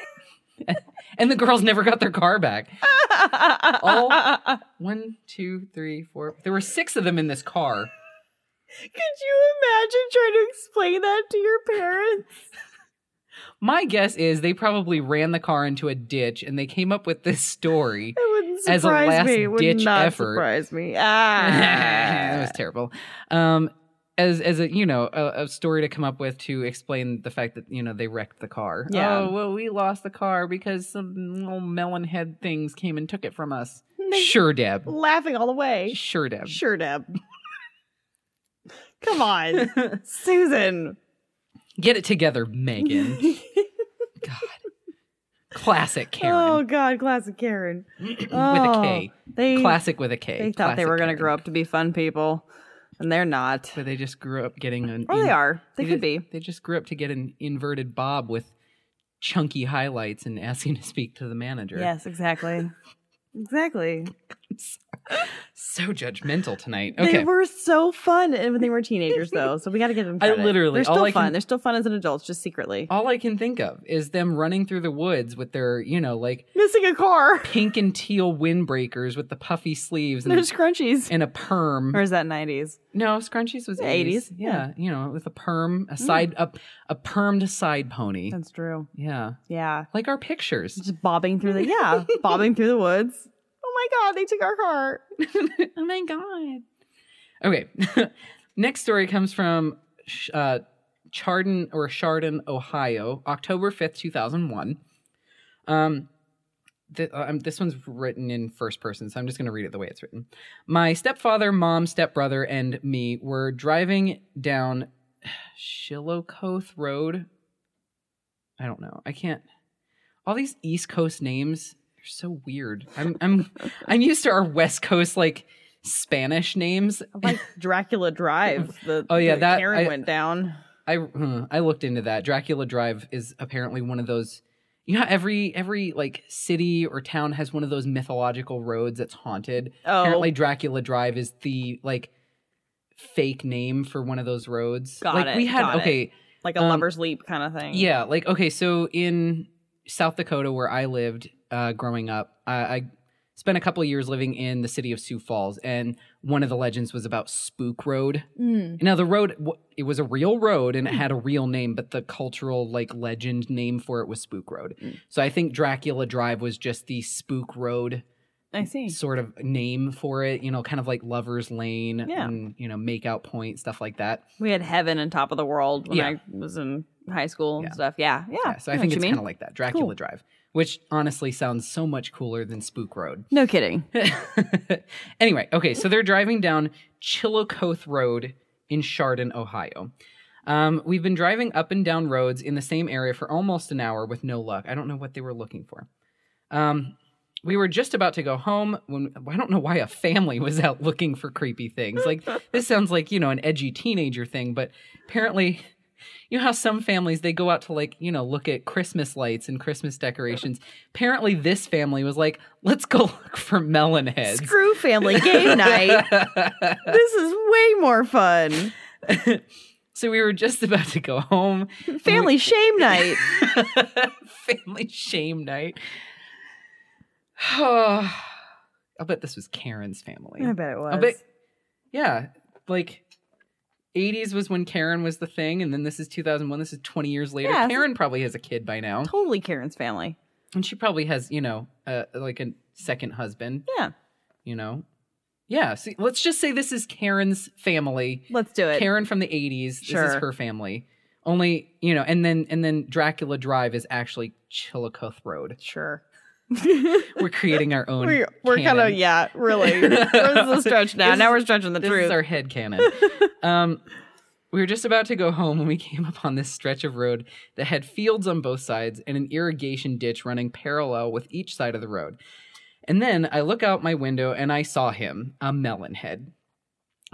[SPEAKER 2] and the girls never got their car back. All- One, two, three, four. There were six of them in this car.
[SPEAKER 1] Could you imagine trying to explain that to your parents?
[SPEAKER 2] My guess is they probably ran the car into a ditch and they came up with this story.
[SPEAKER 1] It wouldn't surprise
[SPEAKER 2] As a
[SPEAKER 1] me. It would
[SPEAKER 2] last-ditch
[SPEAKER 1] not
[SPEAKER 2] effort.
[SPEAKER 1] surprise me.
[SPEAKER 2] that
[SPEAKER 1] Ah.
[SPEAKER 2] was terrible. Um, as as a you know a, a story to come up with to explain the fact that you know they wrecked the car.
[SPEAKER 1] Yeah.
[SPEAKER 2] Oh well, we lost the car because some little melon head things came and took it from us.
[SPEAKER 1] They-
[SPEAKER 2] Sure, Deb.
[SPEAKER 1] Laughing all the way.
[SPEAKER 2] Sure, Deb.
[SPEAKER 1] Sure, Deb. Come on, Susan.
[SPEAKER 2] Get it together, Megan. God, classic
[SPEAKER 1] Oh
[SPEAKER 2] Karen
[SPEAKER 1] God, classic Karen.
[SPEAKER 2] with a
[SPEAKER 1] Oh,
[SPEAKER 2] K.
[SPEAKER 1] They
[SPEAKER 2] Classic with a K.
[SPEAKER 1] they thought they
[SPEAKER 2] Classic
[SPEAKER 1] were going to
[SPEAKER 2] Karen.
[SPEAKER 1] grow up to be fun people, and they're not.
[SPEAKER 2] but they just grew up getting an. E.
[SPEAKER 1] Or they are. They could
[SPEAKER 2] just-
[SPEAKER 1] be.
[SPEAKER 2] They just grew up to get an inverted bob with chunky highlights and asking to speak to the manager.
[SPEAKER 1] Yes, exactly. exactly.
[SPEAKER 2] So judgmental tonight.
[SPEAKER 1] They
[SPEAKER 2] Okay.
[SPEAKER 1] were so fun and when they were teenagers, though. So we got to give them.
[SPEAKER 2] I
[SPEAKER 1] Credit.
[SPEAKER 2] literally-
[SPEAKER 1] they're
[SPEAKER 2] all
[SPEAKER 1] still
[SPEAKER 2] I can- Oh.
[SPEAKER 1] fun. They're still fun as an adult, just secretly
[SPEAKER 2] All I can think of is them running through the woods with their, you know, like
[SPEAKER 1] missing a car.
[SPEAKER 2] pink and teal windbreakers with the puffy sleeves and,
[SPEAKER 1] There's scrunchies.
[SPEAKER 2] and a perm.
[SPEAKER 1] Or is that nineties?
[SPEAKER 2] no, Scrunchies was
[SPEAKER 1] 80s,
[SPEAKER 2] 80s. Yeah. You know, with a perm, a side, a, a permed side pony.
[SPEAKER 1] Mm. That's true.
[SPEAKER 2] Yeah.
[SPEAKER 1] Yeah,
[SPEAKER 2] Like our pictures.
[SPEAKER 1] just bobbing through the yeah, bobbing through the woods. Oh my god, they took our car.
[SPEAKER 2] oh my god. Okay. Next story comes from Sh- uh, Chardon or Chardon, Ohio, October fifth, two thousand one. Um, th- uh, um, this one's written in first person, so I'm just going to read it the way it's written. My stepfather, mom, stepbrother, and me were driving down Shilocoth Road. I don't know. I can't. All these East Coast names are so weird. I'm I'm I'm used to our West Coast like Spanish names.
[SPEAKER 1] Like Dracula Drive. The
[SPEAKER 2] Oh, yeah,
[SPEAKER 1] the
[SPEAKER 2] that-
[SPEAKER 1] Karen
[SPEAKER 2] I-
[SPEAKER 1] went down.
[SPEAKER 2] I hmm, I looked into that. Dracula Drive is apparently one of those. You know, how every every like city or town has one of those mythological roads that's haunted.
[SPEAKER 1] Oh,
[SPEAKER 2] Apparently, Dracula Drive is the like fake name for one of those roads.
[SPEAKER 1] Got
[SPEAKER 2] like
[SPEAKER 1] it,
[SPEAKER 2] we had
[SPEAKER 1] got it.
[SPEAKER 2] okay.
[SPEAKER 1] like a
[SPEAKER 2] um,
[SPEAKER 1] lover's leap kind of thing.
[SPEAKER 2] Yeah, like okay, so in South Dakota where I lived uh, growing up, I, I spent a couple of years living in the city of Sioux Falls, and one of the legends was about Spook Road.
[SPEAKER 1] Mm.
[SPEAKER 2] Now the road, w- it was a real road and it had a real name, but the cultural like legend name for it was Spook Road.
[SPEAKER 1] Mm.
[SPEAKER 2] So I think Dracula Drive was just the Spook Road
[SPEAKER 1] I see.
[SPEAKER 2] sort of name for it. You know, kind of like Lovers Lane
[SPEAKER 1] Yeah.
[SPEAKER 2] and you know Makeout Point stuff like that.
[SPEAKER 1] We had Heaven and Top of the World when
[SPEAKER 2] Yeah.
[SPEAKER 1] I was in high school and
[SPEAKER 2] Yeah.
[SPEAKER 1] stuff. Yeah, yeah.
[SPEAKER 2] Yeah, so I
[SPEAKER 1] know what
[SPEAKER 2] think
[SPEAKER 1] you
[SPEAKER 2] it's
[SPEAKER 1] mean.
[SPEAKER 2] kind of like that, Dracula
[SPEAKER 1] Cool.
[SPEAKER 2] Drive, which honestly sounds so much cooler than Spook Road.
[SPEAKER 1] no kidding.
[SPEAKER 2] anyway, okay, so they're driving down Chillicothe Road in Chardon, Ohio. Um, we've been driving up and down roads in the same area for almost an hour with no luck. I don't know what they were looking for. Um, we were just about to go home when I don't know why a family was out looking for creepy things. Like this sounds like you know an edgy teenager thing, but apparently, you know how some families they go out to like you know look at Christmas lights and Christmas decorations. Apparently, this family was like, "Let's go look for melon heads."
[SPEAKER 1] Screw family game night. This is way more fun.
[SPEAKER 2] so we were just about to go home.
[SPEAKER 1] Family shame night.
[SPEAKER 2] family shame night. I'll bet this was Karen's family.
[SPEAKER 1] I bet it was.
[SPEAKER 2] I bet, yeah, like 80s was when Karen was the thing, and then this is 2001. This is 20 years later.
[SPEAKER 1] Yeah.
[SPEAKER 2] Karen probably has a kid by now,
[SPEAKER 1] Totally Karen's family.
[SPEAKER 2] and she probably has, you know, uh, like a second husband.
[SPEAKER 1] Yeah.
[SPEAKER 2] You know, yeah. See, let's just say this is Karen's family.
[SPEAKER 1] Let's do it.
[SPEAKER 2] Karen from the 80s. This
[SPEAKER 1] Sure.
[SPEAKER 2] is her family. Only, you know, and then and then Dracula Drive is actually Chillicothe Road.
[SPEAKER 1] Sure.
[SPEAKER 2] We're creating our own.
[SPEAKER 1] we, we're kind of
[SPEAKER 2] canon.
[SPEAKER 1] yeah, really. This is a stretch now.
[SPEAKER 2] This
[SPEAKER 1] now
[SPEAKER 2] is-
[SPEAKER 1] we're stretching the
[SPEAKER 2] this
[SPEAKER 1] truth.
[SPEAKER 2] is our head cannon. um, we were just about to go home when we came upon this stretch of road that had fields on both sides and an irrigation ditch running parallel with each side of the road. And then I look out my window and I saw him, a melon head.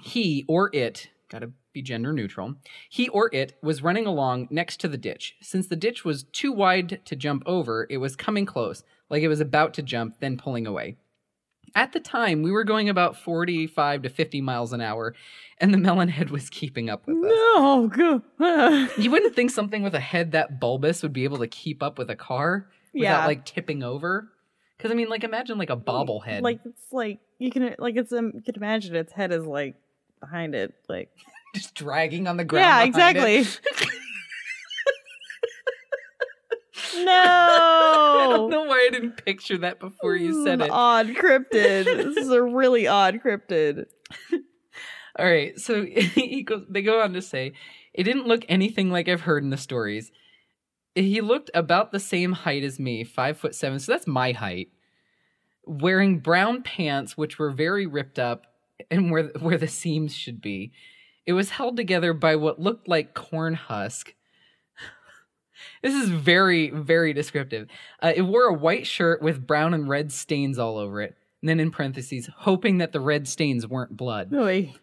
[SPEAKER 2] He or it, gotta be gender neutral, he or it was running along next to the ditch. Since the ditch was too wide to jump over, it was coming close, like it was about to jump, then pulling away. At the time, we were going about 45 to 50 miles an hour, and the melon head was keeping up with us.
[SPEAKER 1] no, go-
[SPEAKER 2] You wouldn't think something with a head that bulbous would be able to keep up with a car without
[SPEAKER 1] yeah,
[SPEAKER 2] like tipping over. Because I mean, like imagine like a bobblehead.
[SPEAKER 1] like it's like you can like it's um, you can imagine its head is like behind it, like
[SPEAKER 2] just dragging on the ground.
[SPEAKER 1] yeah,
[SPEAKER 2] behind it.
[SPEAKER 1] exactly.
[SPEAKER 2] I don't
[SPEAKER 1] no,
[SPEAKER 2] know why I didn't picture that before
[SPEAKER 1] This
[SPEAKER 2] you
[SPEAKER 1] is an
[SPEAKER 2] said it.
[SPEAKER 1] Mm, Odd cryptid. this is a really odd cryptid.
[SPEAKER 2] All right, so he goes, they go on to say, it didn't look anything like I've heard in the stories. He looked about the same height as me, five foot seven, so that's my height. Wearing brown pants, which were very ripped up and where where the seams should be. It was held together by what looked like corn husk. this is very very descriptive. Uh, it wore a white shirt with brown and red stains all over it. And then in parentheses, hoping that the red stains weren't blood.
[SPEAKER 1] Oy.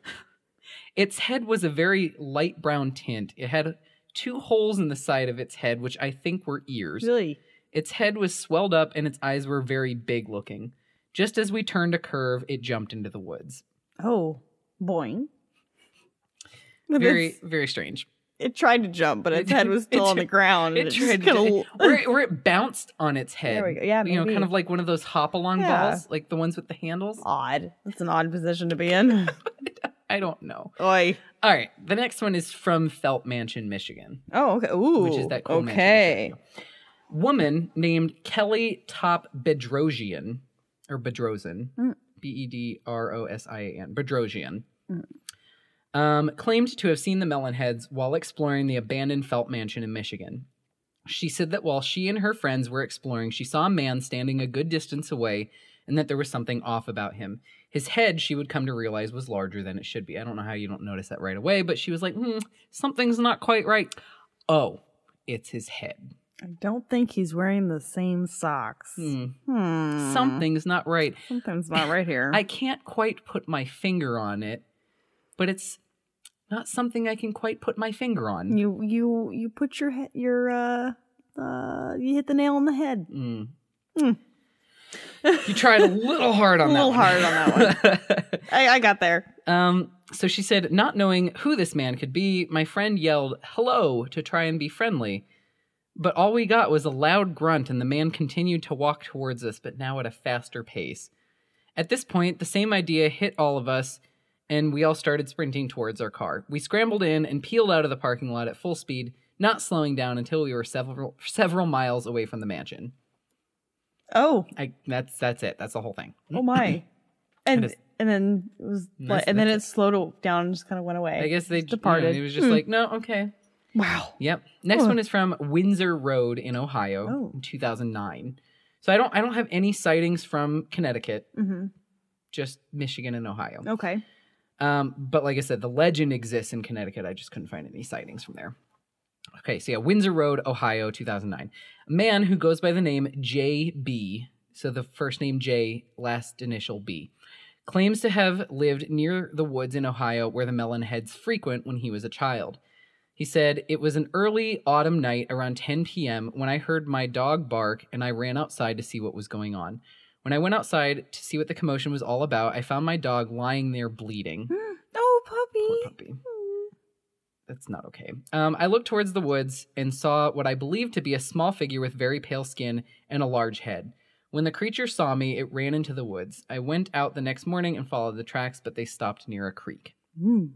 [SPEAKER 2] Its head was a very light brown tint. It had two holes in the side of its head, which I think were ears.
[SPEAKER 1] Really?
[SPEAKER 2] Its head was swelled up and its eyes were very big looking. Just as we turned a curve, it jumped into the woods.
[SPEAKER 1] Oh, boing. But
[SPEAKER 2] Very,
[SPEAKER 1] it's-
[SPEAKER 2] very strange.
[SPEAKER 1] it tried to jump, but its
[SPEAKER 2] It-
[SPEAKER 1] head was still
[SPEAKER 2] it-
[SPEAKER 1] on the ground. and
[SPEAKER 2] It tried
[SPEAKER 1] just
[SPEAKER 2] to,
[SPEAKER 1] kinda-
[SPEAKER 2] it, or, it, or it bounced on its head.
[SPEAKER 1] There we go. Yeah,
[SPEAKER 2] You know,
[SPEAKER 1] maybe.
[SPEAKER 2] kind of like one of those hop along
[SPEAKER 1] Yeah.
[SPEAKER 2] balls, like the ones with the handles.
[SPEAKER 1] odd. It's an odd position to be in.
[SPEAKER 2] I don't know.
[SPEAKER 1] Oi.
[SPEAKER 2] All right, the next one is from Felt Mansion, Michigan.
[SPEAKER 1] Oh, okay. Ooh.
[SPEAKER 2] which is that cool mansion
[SPEAKER 1] okay.
[SPEAKER 2] issue. woman named Kelly Top Bedrosian or Bedrosian,
[SPEAKER 1] Mm.
[SPEAKER 2] B E D R O S I A N, Bedrosian,
[SPEAKER 1] Mm.
[SPEAKER 2] um, claimed to have seen the melon heads while exploring the abandoned Felt mansion in Michigan. She said that while she and her friends were exploring, she saw a man standing a good distance away and that there was something off about him. His head, she would come to realize, was larger than it should be. I don't know how you don't notice that right away, but she was like, hmm, something's not quite right. Oh, it's his head.
[SPEAKER 1] I don't think he's wearing the same socks.
[SPEAKER 2] Hmm.
[SPEAKER 1] Hmm.
[SPEAKER 2] Something's not right.
[SPEAKER 1] Something's not right here.
[SPEAKER 2] I can't quite put my finger on it, but it's not something I can quite put my finger on.
[SPEAKER 1] you you you put your he- your uh uh you hit the nail on the head.
[SPEAKER 2] Mm.
[SPEAKER 1] Mm.
[SPEAKER 2] You tried a little hard on
[SPEAKER 1] A
[SPEAKER 2] that
[SPEAKER 1] little
[SPEAKER 2] one.
[SPEAKER 1] hard on
[SPEAKER 2] that one.
[SPEAKER 1] I, I got there.
[SPEAKER 2] Um, so she said, not knowing who this man could be, my friend yelled, hello, to try and be friendly. But all we got was a loud grunt, and the man continued to walk towards us, but now at a faster pace. At this point, the same idea hit all of us, and we all started sprinting towards our car. We scrambled in and peeled out of the parking lot at full speed, not slowing down until we were several several miles away from the mansion.
[SPEAKER 1] Oh,
[SPEAKER 2] I, that's that's it. That's the whole thing.
[SPEAKER 1] oh my. And
[SPEAKER 2] That is-
[SPEAKER 1] and then it was
[SPEAKER 2] That's-
[SPEAKER 1] like, and then it
[SPEAKER 2] that's
[SPEAKER 1] slowed down and just kind of went away.
[SPEAKER 2] I guess they just
[SPEAKER 1] departed.
[SPEAKER 2] it was just
[SPEAKER 1] Hmm.
[SPEAKER 2] like, no, okay,
[SPEAKER 1] Wow.
[SPEAKER 2] Yep. Next
[SPEAKER 1] Huh.
[SPEAKER 2] one is from Windsor Road in Ohio,
[SPEAKER 1] Oh.
[SPEAKER 2] in 2009. So I don't I don't have any sightings from Connecticut,
[SPEAKER 1] hmm
[SPEAKER 2] just Michigan and Ohio.
[SPEAKER 1] Okay.
[SPEAKER 2] Um, but like I said, the legend exists in Connecticut. I just couldn't find any sightings from there. Okay, so yeah, Windsor Road, Ohio, 2009. A man who goes by the name J.B., so the first name J, last initial B, claims to have lived near the woods in Ohio where the melon heads frequent when he was a child. He said, It was an early autumn night around 10 p.m. when I heard my dog bark and I ran outside to see what was going on. When I went outside to see what the commotion was all about, I found my dog lying there bleeding.
[SPEAKER 1] Oh,
[SPEAKER 2] Poor
[SPEAKER 1] puppy.
[SPEAKER 2] puppy. That's not okay. Um, I looked towards the woods and saw what I believed to be a small figure with very pale skin and a large head. When the creature saw me, it ran into the woods. I went out the next morning and followed the tracks, but they stopped near a creek.
[SPEAKER 1] Mm.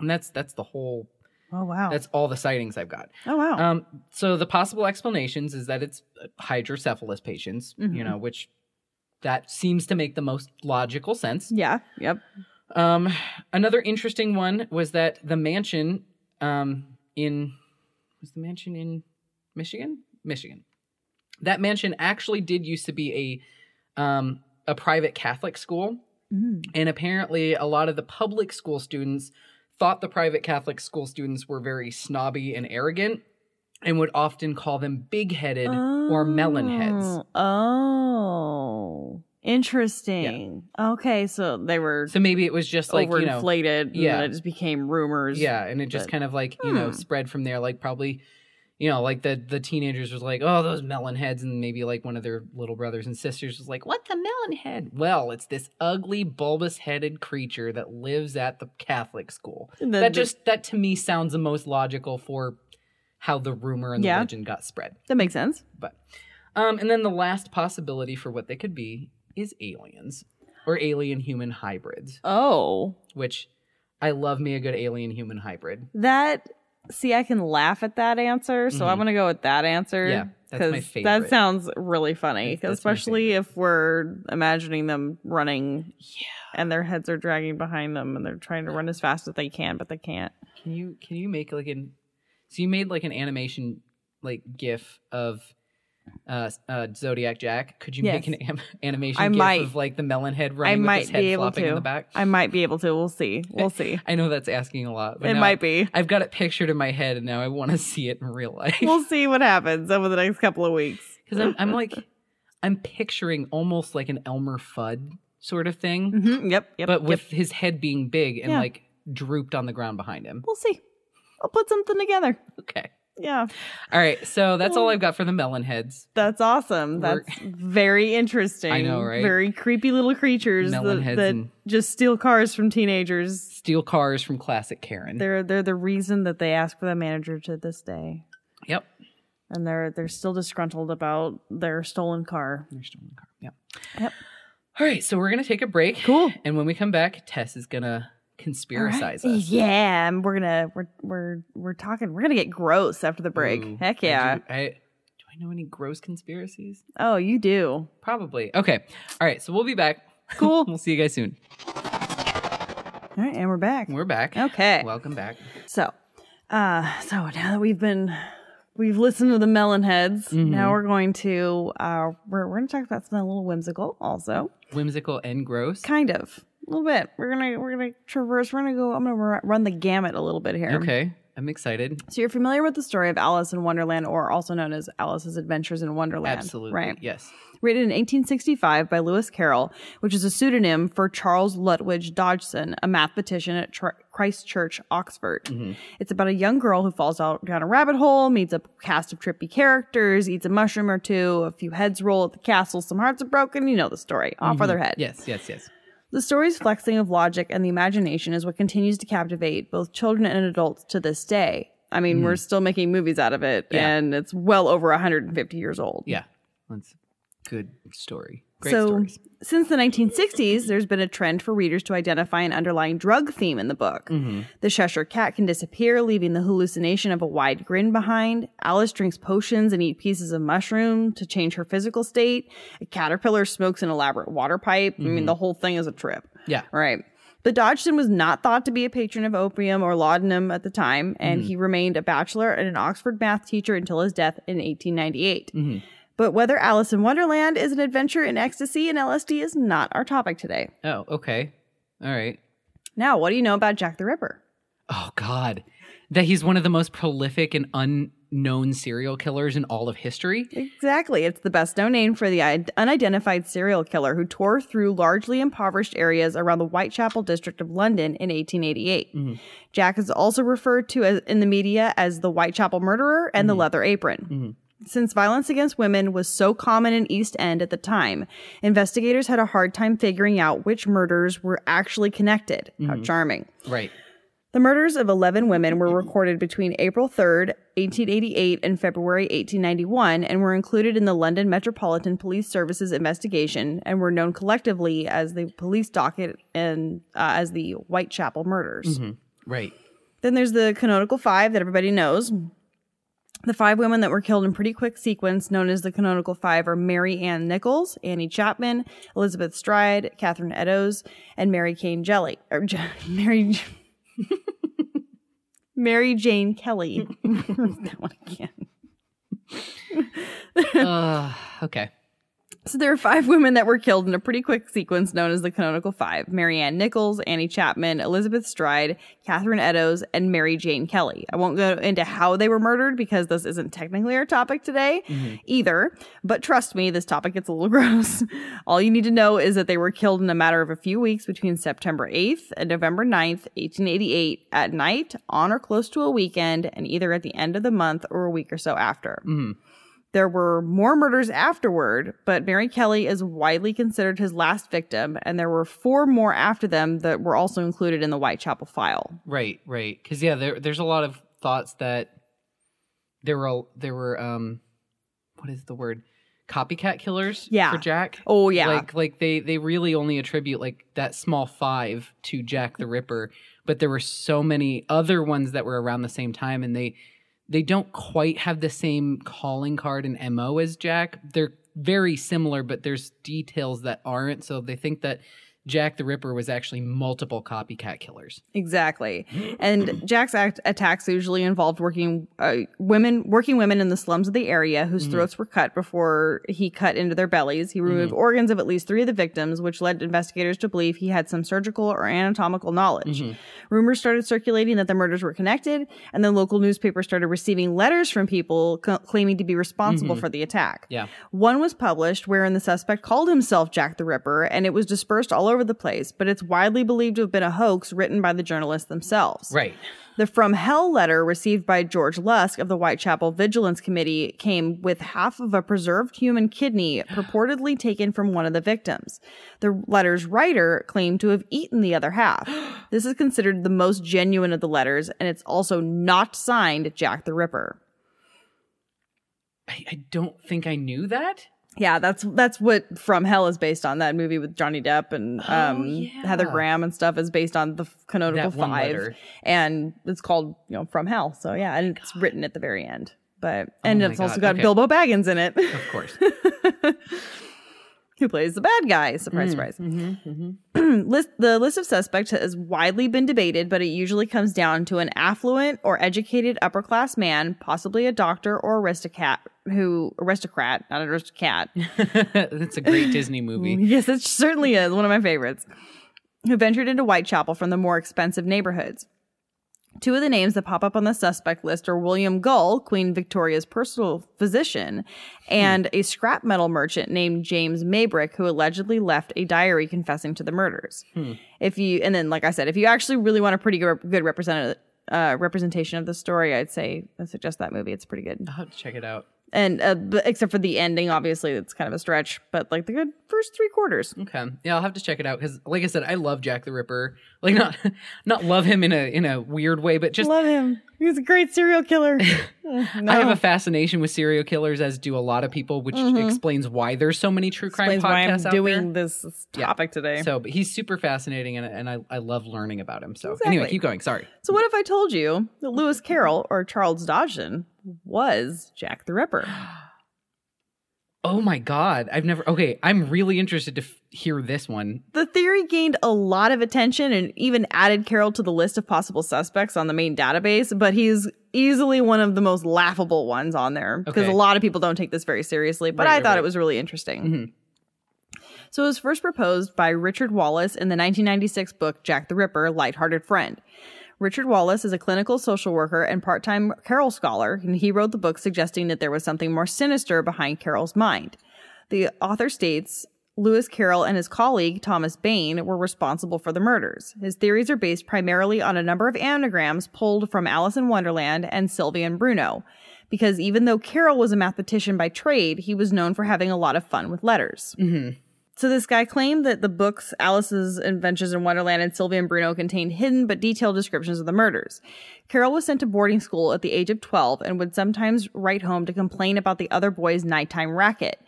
[SPEAKER 2] And that's that's the whole
[SPEAKER 1] Oh wow.
[SPEAKER 2] that's all the sightings I've got.
[SPEAKER 1] oh wow.
[SPEAKER 2] Um, so the possible explanations is that it's uh, hydrocephalus patients, you
[SPEAKER 1] Mhm.
[SPEAKER 2] know, which that seems to make the most logical sense.
[SPEAKER 1] yeah. Yep.
[SPEAKER 2] Um, another interesting one was that the mansion um, in was the mansion in Michigan, Michigan. That mansion actually did used to be a um, a private Catholic school,
[SPEAKER 1] Mm.
[SPEAKER 2] and apparently a lot of the public school students thought the private Catholic school students were very snobby and arrogant, and would often call them big headed or melon heads.
[SPEAKER 1] Oh. Oh. Interesting. Okay, so they were
[SPEAKER 2] So maybe it was just like you know
[SPEAKER 1] overinflated and
[SPEAKER 2] yeah.
[SPEAKER 1] then it just became rumors.
[SPEAKER 2] Yeah, and it just
[SPEAKER 1] but-
[SPEAKER 2] kind of like you know
[SPEAKER 1] Hmm.
[SPEAKER 2] spread from there. Like probably, you know, like the the teenagers was like, oh, those melon heads, and maybe like one of their little brothers and sisters was like, what's a melon head? Well, it's this ugly bulbous headed creature that lives at the Catholic school.
[SPEAKER 1] And then
[SPEAKER 2] that
[SPEAKER 1] the-
[SPEAKER 2] just that to me sounds the most logical for how the rumor and the
[SPEAKER 1] Yeah.
[SPEAKER 2] legend got spread.
[SPEAKER 1] that makes sense.
[SPEAKER 2] But um, and then the last possibility for what they could be is aliens or alien human hybrids,
[SPEAKER 1] Oh.
[SPEAKER 2] which. I love me a good alien human hybrid.
[SPEAKER 1] That see, I can laugh at that answer, so I'm
[SPEAKER 2] Mhm.
[SPEAKER 1] gonna go with that answer.
[SPEAKER 2] Yeah, that's my
[SPEAKER 1] 'cause
[SPEAKER 2] favorite.
[SPEAKER 1] That sounds really funny,
[SPEAKER 2] That's- that's my
[SPEAKER 1] especially
[SPEAKER 2] favorite.
[SPEAKER 1] if we're imagining them running
[SPEAKER 2] Yeah.
[SPEAKER 1] and their heads are dragging behind them and they're trying to run as fast as they can, but they can't.
[SPEAKER 2] Can you can you make like an so you made like an animation like GIF of uh, s- uh Zodiac Jack? Could you make
[SPEAKER 1] Yes.
[SPEAKER 2] an am- animation
[SPEAKER 1] I
[SPEAKER 2] GIF
[SPEAKER 1] might.
[SPEAKER 2] of like the melon head running with his
[SPEAKER 1] might
[SPEAKER 2] head
[SPEAKER 1] be able
[SPEAKER 2] flopping in
[SPEAKER 1] to.
[SPEAKER 2] the back?
[SPEAKER 1] I might be able to. We'll see. We'll see.
[SPEAKER 2] I know that's asking a lot. But
[SPEAKER 1] it
[SPEAKER 2] now
[SPEAKER 1] might be.
[SPEAKER 2] I've got it pictured in my head, and now I want to see it in real life because
[SPEAKER 1] We'll see what happens over the next couple of weeks.
[SPEAKER 2] I'm I'm like I'm picturing almost like an Elmer Fudd sort of thing,
[SPEAKER 1] Mhm, Yep. Yep.
[SPEAKER 2] Mm-hmm. but
[SPEAKER 1] yep.
[SPEAKER 2] with his head being big and
[SPEAKER 1] Yeah.
[SPEAKER 2] like drooped on the ground behind him.
[SPEAKER 1] we'll see. I'll put something together.
[SPEAKER 2] Okay,
[SPEAKER 1] Yeah.
[SPEAKER 2] all right. So that's all
[SPEAKER 1] Oh.
[SPEAKER 2] I've got for the melon heads.
[SPEAKER 1] That's awesome.
[SPEAKER 2] We're-
[SPEAKER 1] That's very interesting.
[SPEAKER 2] I know, right?
[SPEAKER 1] Very creepy little creatures
[SPEAKER 2] Melon
[SPEAKER 1] that,
[SPEAKER 2] heads
[SPEAKER 1] that
[SPEAKER 2] and-
[SPEAKER 1] just steal cars from teenagers.
[SPEAKER 2] steal cars from classic Karen.
[SPEAKER 1] They're they're the reason that they ask for the manager to this day,
[SPEAKER 2] yep.
[SPEAKER 1] and they're they're still disgruntled about their stolen car.
[SPEAKER 2] They're stealing the car. Yep.
[SPEAKER 1] Yep.
[SPEAKER 2] All right, so we're gonna take a break.
[SPEAKER 1] Cool.
[SPEAKER 2] And when we come back, Tess is gonna conspiracize us.
[SPEAKER 1] Yeah, and we're gonna we're we're we're talking. We're gonna get gross after the break.
[SPEAKER 2] Ooh,
[SPEAKER 1] Heck
[SPEAKER 2] I
[SPEAKER 1] yeah!
[SPEAKER 2] Do, I, do I know any gross conspiracies?
[SPEAKER 1] Oh, you do.
[SPEAKER 2] Probably. Okay. All right, so we'll be back.
[SPEAKER 1] Cool.
[SPEAKER 2] we'll see you guys soon.
[SPEAKER 1] All right, and we're back.
[SPEAKER 2] We're back.
[SPEAKER 1] okay.
[SPEAKER 2] Welcome back.
[SPEAKER 1] So, uh, so now that we've been, we've listened to the melon heads.
[SPEAKER 2] Mhm.
[SPEAKER 1] Now we're going to, uh, we're, we're going to talk about something a little whimsical, also,
[SPEAKER 2] Whimsical and gross.
[SPEAKER 1] kind of, a little bit. We're gonna, we're gonna traverse. We're gonna go. I'm gonna ru- run the gamut a little bit here.
[SPEAKER 2] Okay. I'm excited.
[SPEAKER 1] So you're familiar with the story of Alice in Wonderland, or also known as Alice's Adventures in Wonderland,
[SPEAKER 2] Absolutely.
[SPEAKER 1] right?
[SPEAKER 2] Yes.
[SPEAKER 1] written in 1865 by Lewis Carroll, which is a pseudonym for Charles Lutwidge Dodgson, a mathematician at Tr- Christ Church, Oxford.
[SPEAKER 2] Mhm.
[SPEAKER 1] It's about a young girl who falls out down a rabbit hole, meets a cast of trippy characters, eats a mushroom or two, a few heads roll at the castle, some hearts are broken. You know the story. Off with her head.
[SPEAKER 2] Yes, yes, yes.
[SPEAKER 1] The story's flexing of logic and the imagination is what continues to captivate both children and adults to this day. I mean, we're still making movies out of it,
[SPEAKER 2] Mm-hmm. Yeah.
[SPEAKER 1] and it's well over 150 years old.
[SPEAKER 2] Yeah. That's a good story. Great
[SPEAKER 1] So-
[SPEAKER 2] stories.
[SPEAKER 1] Since the 1960s, there's been a trend for readers to identify an underlying drug theme in the book.
[SPEAKER 2] Mm-hmm.
[SPEAKER 1] The Cheshire Cat can disappear, leaving the hallucination of a wide grin behind. Alice drinks potions and eats pieces of mushroom to change her physical state. A caterpillar smokes an elaborate water pipe. I
[SPEAKER 2] Mm-hmm.
[SPEAKER 1] mean, the whole thing is a trip.
[SPEAKER 2] Yeah.
[SPEAKER 1] Right. But Dodgson was not thought to be a patron of opium or laudanum at the time, and he remained a bachelor and an Oxford math teacher until his death in 1898.
[SPEAKER 2] Mhm.
[SPEAKER 1] But whether Alice in Wonderland is an adventure in ecstasy and LSD is not our topic today.
[SPEAKER 2] Oh, okay. All right.
[SPEAKER 1] Now, what do you know about Jack the Ripper?
[SPEAKER 2] Oh God, that he's one of the most prolific and unknown serial killers in all of history.
[SPEAKER 1] Exactly. It's the best known name for the i- unidentified serial killer who tore through largely impoverished areas around the Whitechapel district of London in 1888.
[SPEAKER 2] Mhm.
[SPEAKER 1] Jack is also referred to as, in the media as the Whitechapel murderer and the leather apron.
[SPEAKER 2] Mhm.
[SPEAKER 1] Since violence against women was so common in East End at the time, investigators had a hard time figuring out which murders were actually connected. How charming.
[SPEAKER 2] Right.
[SPEAKER 1] The murders of 11 women were recorded between April 3rd, 1888 and February 1891 and were included in the London Metropolitan Police Service's investigation and were known collectively as the police docket and uh, as the Whitechapel murders.
[SPEAKER 2] Right.
[SPEAKER 1] Then there's the canonical five that everybody knows. The five women that were killed in pretty quick sequence, known as the Canonical Five, are Mary Ann Nichols, Annie Chapman, Elizabeth Stride, Catherine Eddowes, and Mary Kane Jelly. Or Je- Mary. J- Mary Jane Kelly. that one again.
[SPEAKER 2] Ugh, okay.
[SPEAKER 1] So there are five women that were killed in a pretty quick sequence known as the Canonical Five Marianne Nichols, Annie Chapman, Elizabeth Stride, Catherine Eddowes, and Mary Jane Kelly. I won't go into how they were murdered because this isn't technically our topic today either, but trust me, this topic gets a little gross. All you need to know is that they were killed in a matter of a few weeks between September 8th and November 9th, 1888, at night, on or close to a weekend, and either at the end of the month or a week or so after. There were more murders afterward, but Mary Kelly is widely considered his last victim, and there were four more after them that were also included in the Whitechapel file.
[SPEAKER 2] Right, right. Because yeah, there, there's a lot of thoughts that there were a- there were um, what is the word? Copycat killers.
[SPEAKER 1] Yeah.
[SPEAKER 2] For Jack.
[SPEAKER 1] Oh, yeah.
[SPEAKER 2] Like like they they really only attribute like that small five to Jack the Ripper, but there were so many other ones that were around the same time, and they they don't quite have the same calling card and mo as Jack. They're very similar, but there's details that aren't. So they think that Jack the Ripper was actually multiple copycat killers.
[SPEAKER 1] Exactly. And Jack's act- attacks usually involved working uh, women, working women in the slums of the area whose throats were cut before he cut into their bellies. He removed organs of at least three of the victims, which led investigators to believe he had some surgical or anatomical knowledge. Rumors started circulating that the murders were connected, and then local newspapers started receiving letters from people c- claiming to be responsible for the attack.
[SPEAKER 2] Yeah.
[SPEAKER 1] One was published wherein the suspect called himself Jack the Ripper, and it was dispersed all over the place, but it's widely believed to have been a hoax written by the journalists themselves.
[SPEAKER 2] Right.
[SPEAKER 1] The From Hell letter received by George Lusk of the Whitechapel Vigilance Committee came with half of a preserved human kidney purportedly taken from one of the victims. The letter's writer claimed to have eaten the other half. This is considered the most genuine of the letters, and it's also not signed Jack the Ripper.
[SPEAKER 2] I, I don't think I knew that.
[SPEAKER 1] Yeah, that's that's what From Hell is based on. That movie with Johnny Depp and um,
[SPEAKER 2] yeah.
[SPEAKER 1] Heather Graham and stuff is based on the Canonical
[SPEAKER 2] That one
[SPEAKER 1] Five,
[SPEAKER 2] letter.
[SPEAKER 1] and it's called you know From Hell. So yeah, and it's written at the very end, but and
[SPEAKER 2] Oh my
[SPEAKER 1] it's also
[SPEAKER 2] God,
[SPEAKER 1] got
[SPEAKER 2] okay.
[SPEAKER 1] Bilbo Baggins in it,
[SPEAKER 2] Of course.
[SPEAKER 1] who plays the bad guy.
[SPEAKER 2] Hmm.
[SPEAKER 1] Surprise, surprise. Hmm, list, the list of suspects has widely been debated, but it usually comes down to an affluent or educated upper class man, possibly a doctor or aristocrat, who aristocrat, not an aristocrat.
[SPEAKER 2] That's a great Disney movie.
[SPEAKER 1] Yes, it certainly is one of my favorites. Who ventured into Whitechapel from the more expensive neighborhoods. Two of the names that pop up on the suspect list are William Gull, Queen Victoria's personal physician, and a scrap metal merchant named James Maybrick, who allegedly left a diary confessing to the murders. If you and then, like I said, if you actually really want a pretty good, good representative uh, representation of the story, I'd say I suggest that movie. It's pretty good
[SPEAKER 2] I'll have to check it out.
[SPEAKER 1] and uh, b- except for the ending, obviously it's kind of a stretch, but like the good first three quarters.
[SPEAKER 2] Okay. Yeah, I'll have to check it out because, like I said, I love Jack the Ripper. Like not, not love him in a in a weird way, but just
[SPEAKER 1] Love him. He's a great serial killer.
[SPEAKER 2] I have a fascination with serial killers, as do a lot of people, which explains why there's so many true crime
[SPEAKER 1] Mm-hmm. explains why I'm
[SPEAKER 2] podcasts out
[SPEAKER 1] doing this
[SPEAKER 2] Yeah.
[SPEAKER 1] topic today.
[SPEAKER 2] there. So, but he's super fascinating, and and I, I love learning about him. So anyway,
[SPEAKER 1] Exactly.
[SPEAKER 2] keep going. Sorry.
[SPEAKER 1] so what if I told you that Lewis Carroll or Charles Dodgson was Jack the Ripper?
[SPEAKER 2] Oh my God, I've never. Okay, I'm really interested to f- hear this one.
[SPEAKER 1] The theory gained a lot of attention and even added Carroll to the list of possible suspects on the main database, but he's easily one of the most laughable ones on there because
[SPEAKER 2] Okay.
[SPEAKER 1] a lot of people don't take this very seriously, but
[SPEAKER 2] Right,
[SPEAKER 1] I
[SPEAKER 2] right,
[SPEAKER 1] thought
[SPEAKER 2] right.
[SPEAKER 1] it was really interesting.
[SPEAKER 2] Mhm.
[SPEAKER 1] So it was first proposed by Richard Wallace in the 1996 book Jack the Ripper, Lighthearted Friend. Richard Wallace is a clinical social worker and part time Carroll scholar, and he wrote the book suggesting that there was something more sinister behind Carroll's mind. The author states Lewis Carroll and his colleague, Thomas Bain, were responsible for the murders. His theories are based primarily on a number of anagrams pulled from Alice in Wonderland and Sylvia and Bruno, because even though Carroll was a mathematician by trade, he was known for having a lot of fun with letters. So this guy claimed that the books Alice's Adventures in Wonderland and Sylvia and Bruno contained hidden but detailed descriptions of the murders. Carol was sent to boarding school at the age of 12 and would sometimes write home to complain about the other boys' nighttime racket.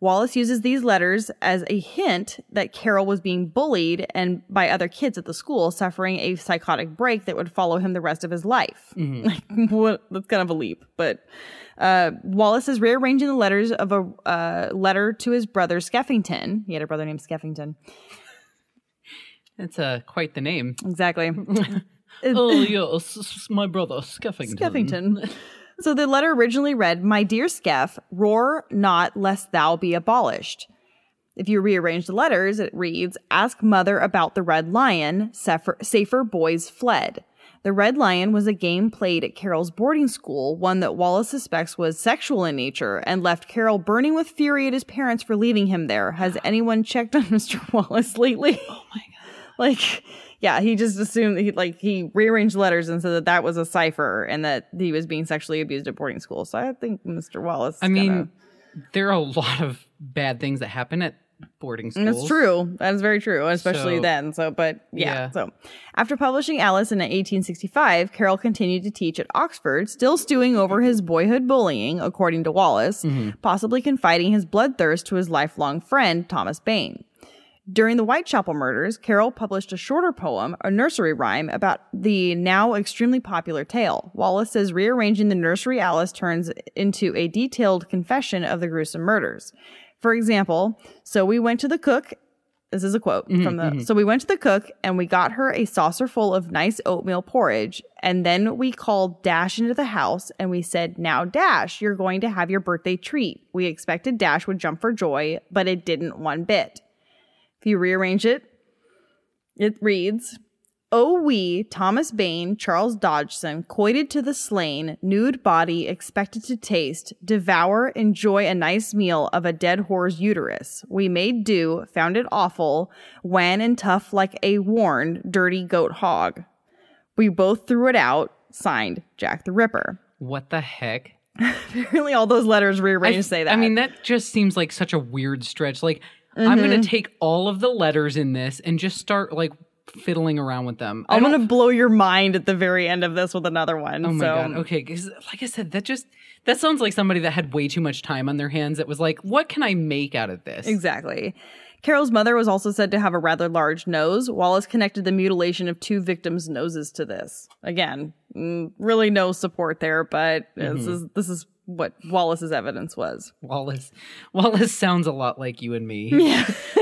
[SPEAKER 1] Wallace uses these letters as a hint that Carol was being bullied and by other kids at the school, suffering a psychotic break that would follow him the rest of his life. Like, what? That's kind of a leap, but uh, Wallace is rearranging the letters of a uh, letter to his brother Skeffington. He had a brother named Skeffington.
[SPEAKER 2] That's uh, quite the name.
[SPEAKER 1] Exactly.
[SPEAKER 2] oh, yeah, s- s- my brother, Skeffington.
[SPEAKER 1] Skeffington. so the letter originally read, My dear Skeff, roar not lest thou be abolished. If you rearrange the letters, it reads, Ask mother about the red lion, safer, safer boys fled. The red lion was a game played at Carol's boarding school, one that Wallace suspects was sexual in nature and left Carol burning with fury at his parents for leaving him there. Has anyone checked on Mr. Wallace lately?
[SPEAKER 2] Oh
[SPEAKER 1] like yeah he just assumed he like he rearranged letters and said that that was a cipher and that he was being sexually abused at boarding school so i think mr wallace
[SPEAKER 2] I mean, there are a lot of bad things that happen at boarding schools.
[SPEAKER 1] That's true. That is very true, especially
[SPEAKER 2] So-
[SPEAKER 1] then. So, but yeah.
[SPEAKER 2] Yeah.
[SPEAKER 1] So, after publishing Alice in 1865, Carroll continued to teach at Oxford, still stewing over his boyhood bullying, according to Wallace, possibly confiding his bloodthirst to his lifelong friend, Thomas Bain. During the Whitechapel murders, Carroll published a shorter poem, a nursery rhyme, about the now extremely popular tale. Wallace says rearranging the nursery Alice turns into a detailed confession of the gruesome murders. For example, so we went to the cook. This is a quote from the. So we went to the cook and we got her a saucer full of nice oatmeal porridge. And then we called Dash into the house and we said, Now, Dash, you're going to have your birthday treat. We expected Dash would jump for joy, but it didn't one bit. If you rearrange it, it reads Oh, we, Thomas Bain, Charles Dodgson, coited to the slain, nude body expected to taste, devour, enjoy a nice meal of a dead whore's uterus. We made do, found it awful, wan and tough like a worn, dirty goat hog. We both threw it out, signed Jack the Ripper.
[SPEAKER 2] What the heck?
[SPEAKER 1] Apparently, all those letters rearranged say that.
[SPEAKER 2] I mean, that just seems like such a weird stretch. Like, I'm
[SPEAKER 1] Mm-hmm.
[SPEAKER 2] going to take all of the letters in this and just start like fiddling around with them. I
[SPEAKER 1] I'm
[SPEAKER 2] don't-
[SPEAKER 1] going to blow your mind at the very end of this with another one.
[SPEAKER 2] Oh my
[SPEAKER 1] so.
[SPEAKER 2] god. Okay, 'cause like I said, that just that sounds like somebody that had way too much time on their hands. That was like, what can I make out of this?
[SPEAKER 1] Exactly. Carol's mother was also said to have a rather large nose. Wallace connected the mutilation of two victims' noses to this. Again, mm, really no support there, but
[SPEAKER 2] Mm-hmm.
[SPEAKER 1] this is this is what Wallace's evidence was.
[SPEAKER 2] Wallace. Wallace sounds a lot like you and me.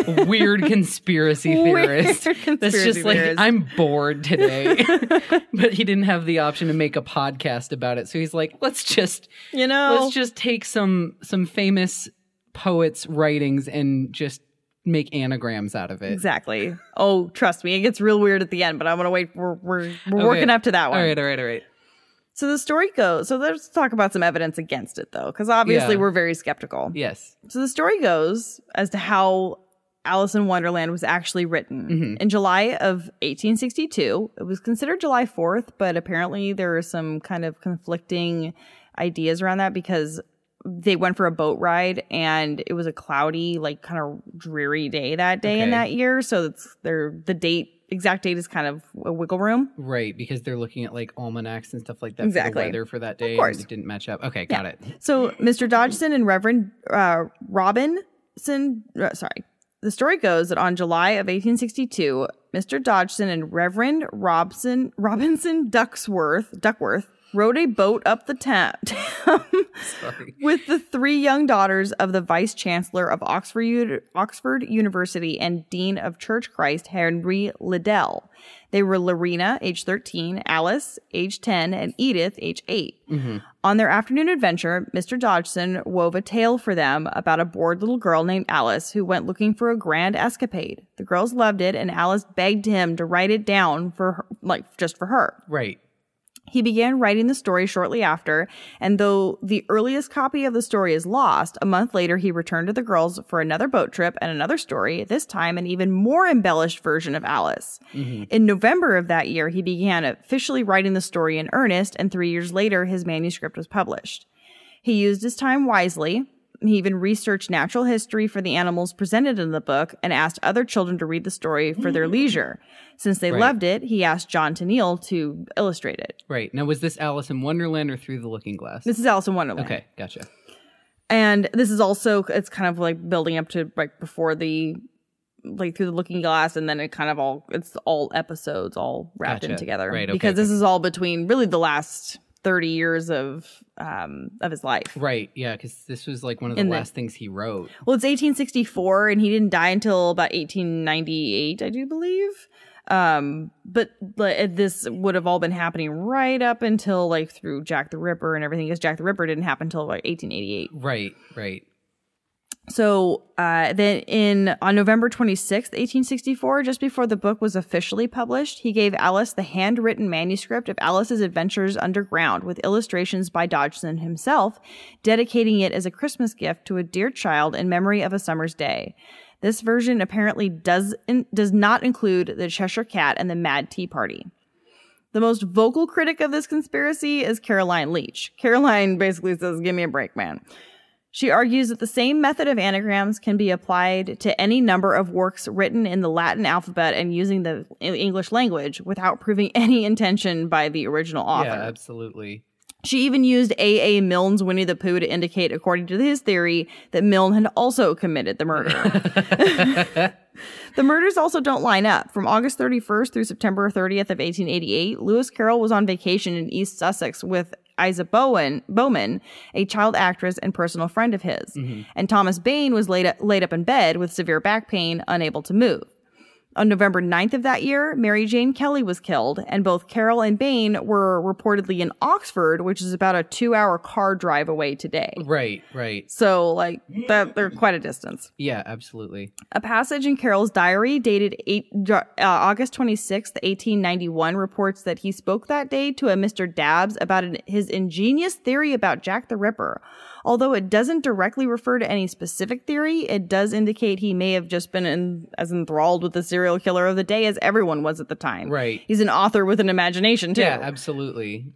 [SPEAKER 2] Weird conspiracy theorist. That's
[SPEAKER 1] conspiracy
[SPEAKER 2] just like
[SPEAKER 1] theorist.
[SPEAKER 2] I'm bored today. but he didn't have the option to make a podcast about it. So he's like, let's just
[SPEAKER 1] You know,
[SPEAKER 2] let's just take some some famous poets' writings and just make anagrams out of it.
[SPEAKER 1] exactly. Oh, trust me, it gets real weird at the end, but I'm gonna wait. We're we're, we're
[SPEAKER 2] Okay.
[SPEAKER 1] working up to that one.
[SPEAKER 2] All right, all right, all right.
[SPEAKER 1] So the story goes. So let's talk about some evidence against it, though, because obviously
[SPEAKER 2] Yeah.
[SPEAKER 1] we're very skeptical.
[SPEAKER 2] Yes.
[SPEAKER 1] So the story goes as to how Alice in Wonderland was actually written. In July of 1862, it was considered July 4th, but apparently there are some kind of conflicting ideas around that because they went for a boat ride and it was a cloudy, like kind of dreary day that day in
[SPEAKER 2] Okay.
[SPEAKER 1] that year. So it's their the date exact date is kind of a wiggle room.
[SPEAKER 2] Right, because they're looking at like almanacs and stuff like that
[SPEAKER 1] Exactly.
[SPEAKER 2] for the weather for that day.
[SPEAKER 1] course.
[SPEAKER 2] And it didn't match up. Okay, got it.
[SPEAKER 1] So Mr. Dodgson and Reverend uh, Robinson, uh, sorry, the story goes that on July of 1862, Mr. Dodgson and Reverend Robson Robinson Ducksworth Duckworth rowed a boat up the ta- Thames
[SPEAKER 2] Sorry.
[SPEAKER 1] with the three young daughters of the Vice Chancellor of Oxford, U- Oxford University and Dean of Church Christ, Henry Liddell. They were Lorena, age 13, Alice, age 10, and Edith, age 8. On their afternoon adventure, Mr. Dodgson wove a tale for them about a bored little girl named Alice who went looking for a grand escapade. The girls loved it, and Alice begged him to write it down for her, like just for her.
[SPEAKER 2] Right.
[SPEAKER 1] He began writing the story shortly after, and though the earliest copy of the story is lost, a month later he returned to the girls for another boat trip and another story, this time an even more embellished version of Alice. In November of that year, he began officially writing the story in earnest, and three years later, his manuscript was published. He used his time wisely. He even researched natural history for the animals presented in the book and asked other children to read the story for their leisure. Since they loved it, he asked John Tennille to illustrate it.
[SPEAKER 2] Right. Now was this Alice in Wonderland or Through the Looking Glass?
[SPEAKER 1] This is Alice in Wonderland.
[SPEAKER 2] okay, gotcha.
[SPEAKER 1] and this is also it's kind of like building up to like before the like through the looking glass and then it kind of all it's all episodes all wrapped in
[SPEAKER 2] Gotcha.
[SPEAKER 1] together
[SPEAKER 2] Right, okay,
[SPEAKER 1] because this
[SPEAKER 2] okay.
[SPEAKER 1] is all between really the last 30 years of um of his life
[SPEAKER 2] Right. Yeah. Because this was like one of the
[SPEAKER 1] And the-
[SPEAKER 2] last things he wrote.
[SPEAKER 1] well it's 1864 and he didn't die until about 1898 i do believe um but, but this would have all been happening right up until like through jack the ripper and everything because jack the ripper didn't happen until like 1888
[SPEAKER 2] Right. Right.
[SPEAKER 1] So uh, then, in on November twenty sixth, eighteen sixty four, just before the book was officially published, he gave Alice the handwritten manuscript of Alice's Adventures Underground with illustrations by Dodgson himself, dedicating it as a Christmas gift to a dear child in memory of a summer's day. This version apparently does in, does not include the Cheshire Cat and the Mad Tea Party. The most vocal critic of this conspiracy is Caroline Leach. Caroline basically says, "Give me a break, man." She argues that the same method of anagrams can be applied to any number of works written in the Latin alphabet and using the en- English language without proving any intention by the original author.
[SPEAKER 2] Yeah. Absolutely.
[SPEAKER 1] She even used A.A. Milne's Winnie the Pooh to indicate, according to his theory, that Milne had also committed the murder. the murders also don't line up. From August 31st through September 30th of 1888, Lewis Carroll was on vacation in East Sussex with Isa Bowen, Bowman, a child actress and personal friend of his. And Thomas Bain was laid, laid up in bed with severe back pain, unable to move. On November 9th of that year, Mary Jane Kelly was killed, and both Carroll and Bain were reportedly in Oxford, which is about a two hour car drive away today.
[SPEAKER 2] Right. Right.
[SPEAKER 1] So, like, that, they're quite a distance.
[SPEAKER 2] Yeah. Absolutely.
[SPEAKER 1] A passage in Carroll's diary dated eight, uh, August 26th, 1891, reports that he spoke that day to a Mr. Dabbs about an, his ingenious theory about Jack the Ripper. Although it doesn't directly refer to any specific theory, it does indicate he may have just been in, as enthralled with the serial killer of the day as everyone was at the time.
[SPEAKER 2] Right.
[SPEAKER 1] He's an author with an imagination, too.
[SPEAKER 2] Yeah. Absolutely.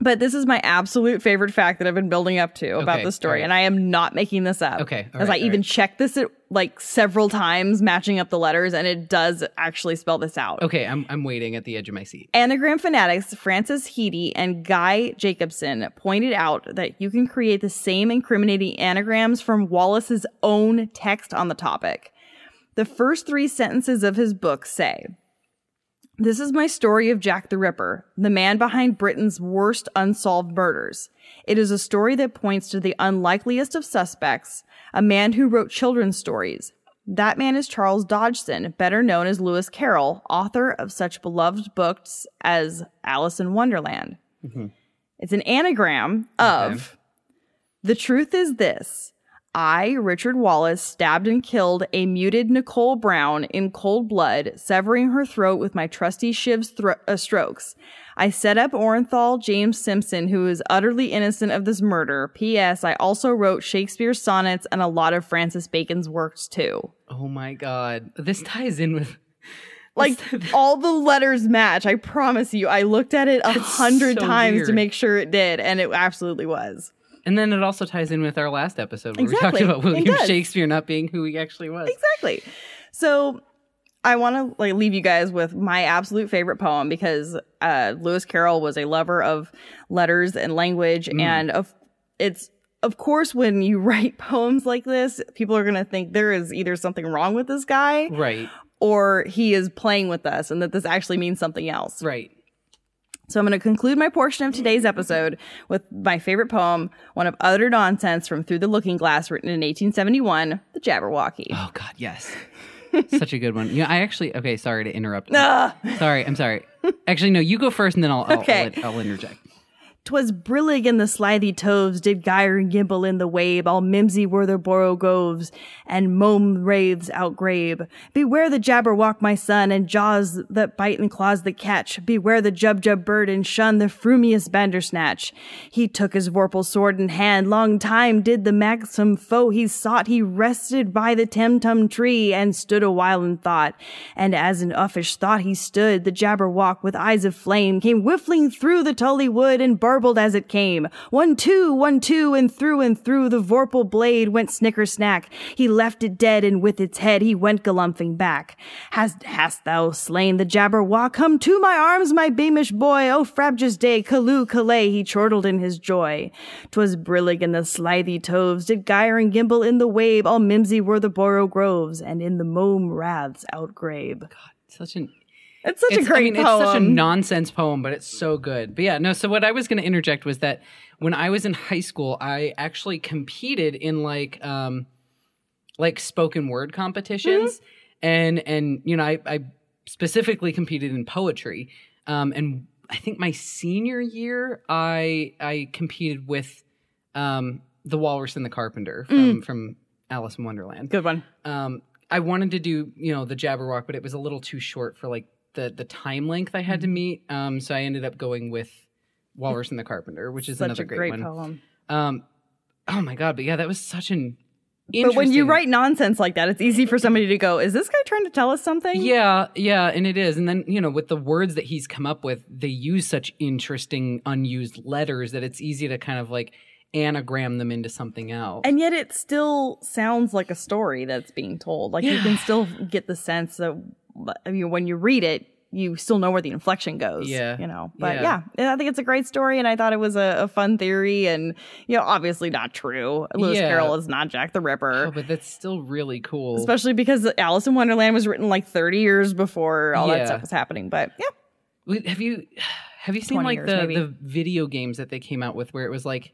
[SPEAKER 1] but this is my absolute favorite fact that I've been building up to about
[SPEAKER 2] Okay,
[SPEAKER 1] the story,
[SPEAKER 2] all right.
[SPEAKER 1] and I am not making this up.
[SPEAKER 2] Okay, all
[SPEAKER 1] as
[SPEAKER 2] right,
[SPEAKER 1] I
[SPEAKER 2] all
[SPEAKER 1] even
[SPEAKER 2] right.
[SPEAKER 1] checked this at, like several times, matching up the letters, and it does actually spell this out.
[SPEAKER 2] Okay. I'm I'm waiting at the edge of my seat.
[SPEAKER 1] Anagram fanatics Francis Heady and Guy Jacobson pointed out that you can create the same incriminating anagrams from Wallace's own text on the topic. The first three sentences of his book say This is my story of Jack the Ripper, the man behind Britain's worst unsolved murders. It is a story that points to the unlikeliest of suspects, a man who wrote children's stories. That man is Charles Dodgson, better known as Lewis Carroll, author of such beloved books as Alice in Wonderland. It's an anagram of The truth is this I, Richard Wallace, stabbed and killed a muted Nicole Brown in cold blood, severing her throat with my trusty shiv's thro- uh, strokes. I set up Orenthal James Simpson, who is utterly innocent of this murder. P.S. I also wrote Shakespeare's sonnets and a lot of Francis Bacon's works too.
[SPEAKER 2] Oh my God. This ties in with.
[SPEAKER 1] Like all the letters match. I promise you. I looked at it a hundred
[SPEAKER 2] so
[SPEAKER 1] times to
[SPEAKER 2] weird.
[SPEAKER 1] make sure it did, and it absolutely was.
[SPEAKER 2] And then it also ties in with our last episode where
[SPEAKER 1] Exactly.
[SPEAKER 2] we talked about
[SPEAKER 1] It
[SPEAKER 2] William
[SPEAKER 1] does.
[SPEAKER 2] Shakespeare not being who he actually was.
[SPEAKER 1] exactly. So I want to like leave you guys with my absolute favorite poem because uh, Lewis Carroll was a lover of letters and language, and of it's of course when you write poems like this, people are gonna think there is either something wrong with this guy
[SPEAKER 2] Right.
[SPEAKER 1] or he is playing with us, and that this actually means something else.
[SPEAKER 2] Right.
[SPEAKER 1] So I'm going to conclude my portion of today's episode with my favorite poem, one of utter nonsense from Through the Looking Glass, written in 1871, The Jabberwocky.
[SPEAKER 2] Oh God, yes. Such a good one. Yeah, I actually. Okay, sorry to interrupt.
[SPEAKER 1] Ah!
[SPEAKER 2] Sorry, I'm sorry. Actually, no, you go first, and then I'll I'll,
[SPEAKER 1] Okay.
[SPEAKER 2] I'll, I'll interject.
[SPEAKER 1] Twas brillig and the slithy toves did gyre and gimble in the wabe, all mimsy were their borogoves, and mome raves outgrabe. Beware the jabberwock, my son, and jaws that bite and claws that catch. Beware the jubjub bird, and shun the frumious bandersnatch. He took his vorpal sword in hand, long time did the maxim foe he sought. He rested by the temtum tree, and stood a while in thought. And as in uffish thought he stood, the jabberwock with eyes of flame came whiffling through the tully wood and burst warbled as it came. One, two, one, two, and through and through the vorpal blade went snicker snack. He left it dead, and with its head he went galumphing back. Hast, hast thou slain the Jabberwock? Come to my arms, my beamish boy. O frabjous day, Calloo, Calais, he chortled in his joy. 'Twas brillig and the slithy toves did gyre and gimble in the wabe. All mimsy were the borough groves, and in the mome raths outgrabe.
[SPEAKER 2] Such an
[SPEAKER 1] It's such
[SPEAKER 2] it's,
[SPEAKER 1] a great
[SPEAKER 2] I mean,
[SPEAKER 1] poem.
[SPEAKER 2] It's such a nonsense poem, but it's so good. But yeah, no. So what I was going to interject was that when I was in high school, I actually competed in like um like spoken word
[SPEAKER 1] Mm-hmm.
[SPEAKER 2] competitions, and and you know I I specifically competed in poetry, um, and I think my senior year I I competed with um the Walrus and the Carpenter from
[SPEAKER 1] Mm.
[SPEAKER 2] from Alice in Wonderland
[SPEAKER 1] Good one.
[SPEAKER 2] um, I wanted to do you know the Jabberwock, but it was a little too short for like the the time length I had
[SPEAKER 1] Mm-hmm.
[SPEAKER 2] to meet. Um, so I ended up going with Walrus and the Carpenter, which is
[SPEAKER 1] Such
[SPEAKER 2] another
[SPEAKER 1] a great,
[SPEAKER 2] one.
[SPEAKER 1] poem.
[SPEAKER 2] Um, oh my god, but yeah, that was such an
[SPEAKER 1] But when you
[SPEAKER 2] interesting-
[SPEAKER 1] write nonsense like that, it's easy for somebody to go, "Is this guy trying to tell us something?"
[SPEAKER 2] Yeah, yeah, and it is. And then, you know, with the words that he's come up with, they use such interesting unused letters that it's easy to kind of like anagram them into something else.
[SPEAKER 1] And yet it still sounds like a story that's being told. Like you
[SPEAKER 2] Yeah.
[SPEAKER 1] can still get the sense that I mean, when you read it, you still know where the inflection goes.
[SPEAKER 2] Yeah.
[SPEAKER 1] You know. But
[SPEAKER 2] Yeah.
[SPEAKER 1] yeah. and I think it's a great story and I thought it was a, a fun theory and you know, obviously not true. Lewis
[SPEAKER 2] Yeah.
[SPEAKER 1] Carroll is not Jack the Ripper.
[SPEAKER 2] Oh, but that's still really cool.
[SPEAKER 1] Especially because Alice in Wonderland was written like 30 years before all
[SPEAKER 2] Yeah.
[SPEAKER 1] that stuff was happening. But yeah,
[SPEAKER 2] Wait, Have you have you seen
[SPEAKER 1] 20
[SPEAKER 2] like
[SPEAKER 1] years,
[SPEAKER 2] the
[SPEAKER 1] maybe.
[SPEAKER 2] the video games that they came out with where it was like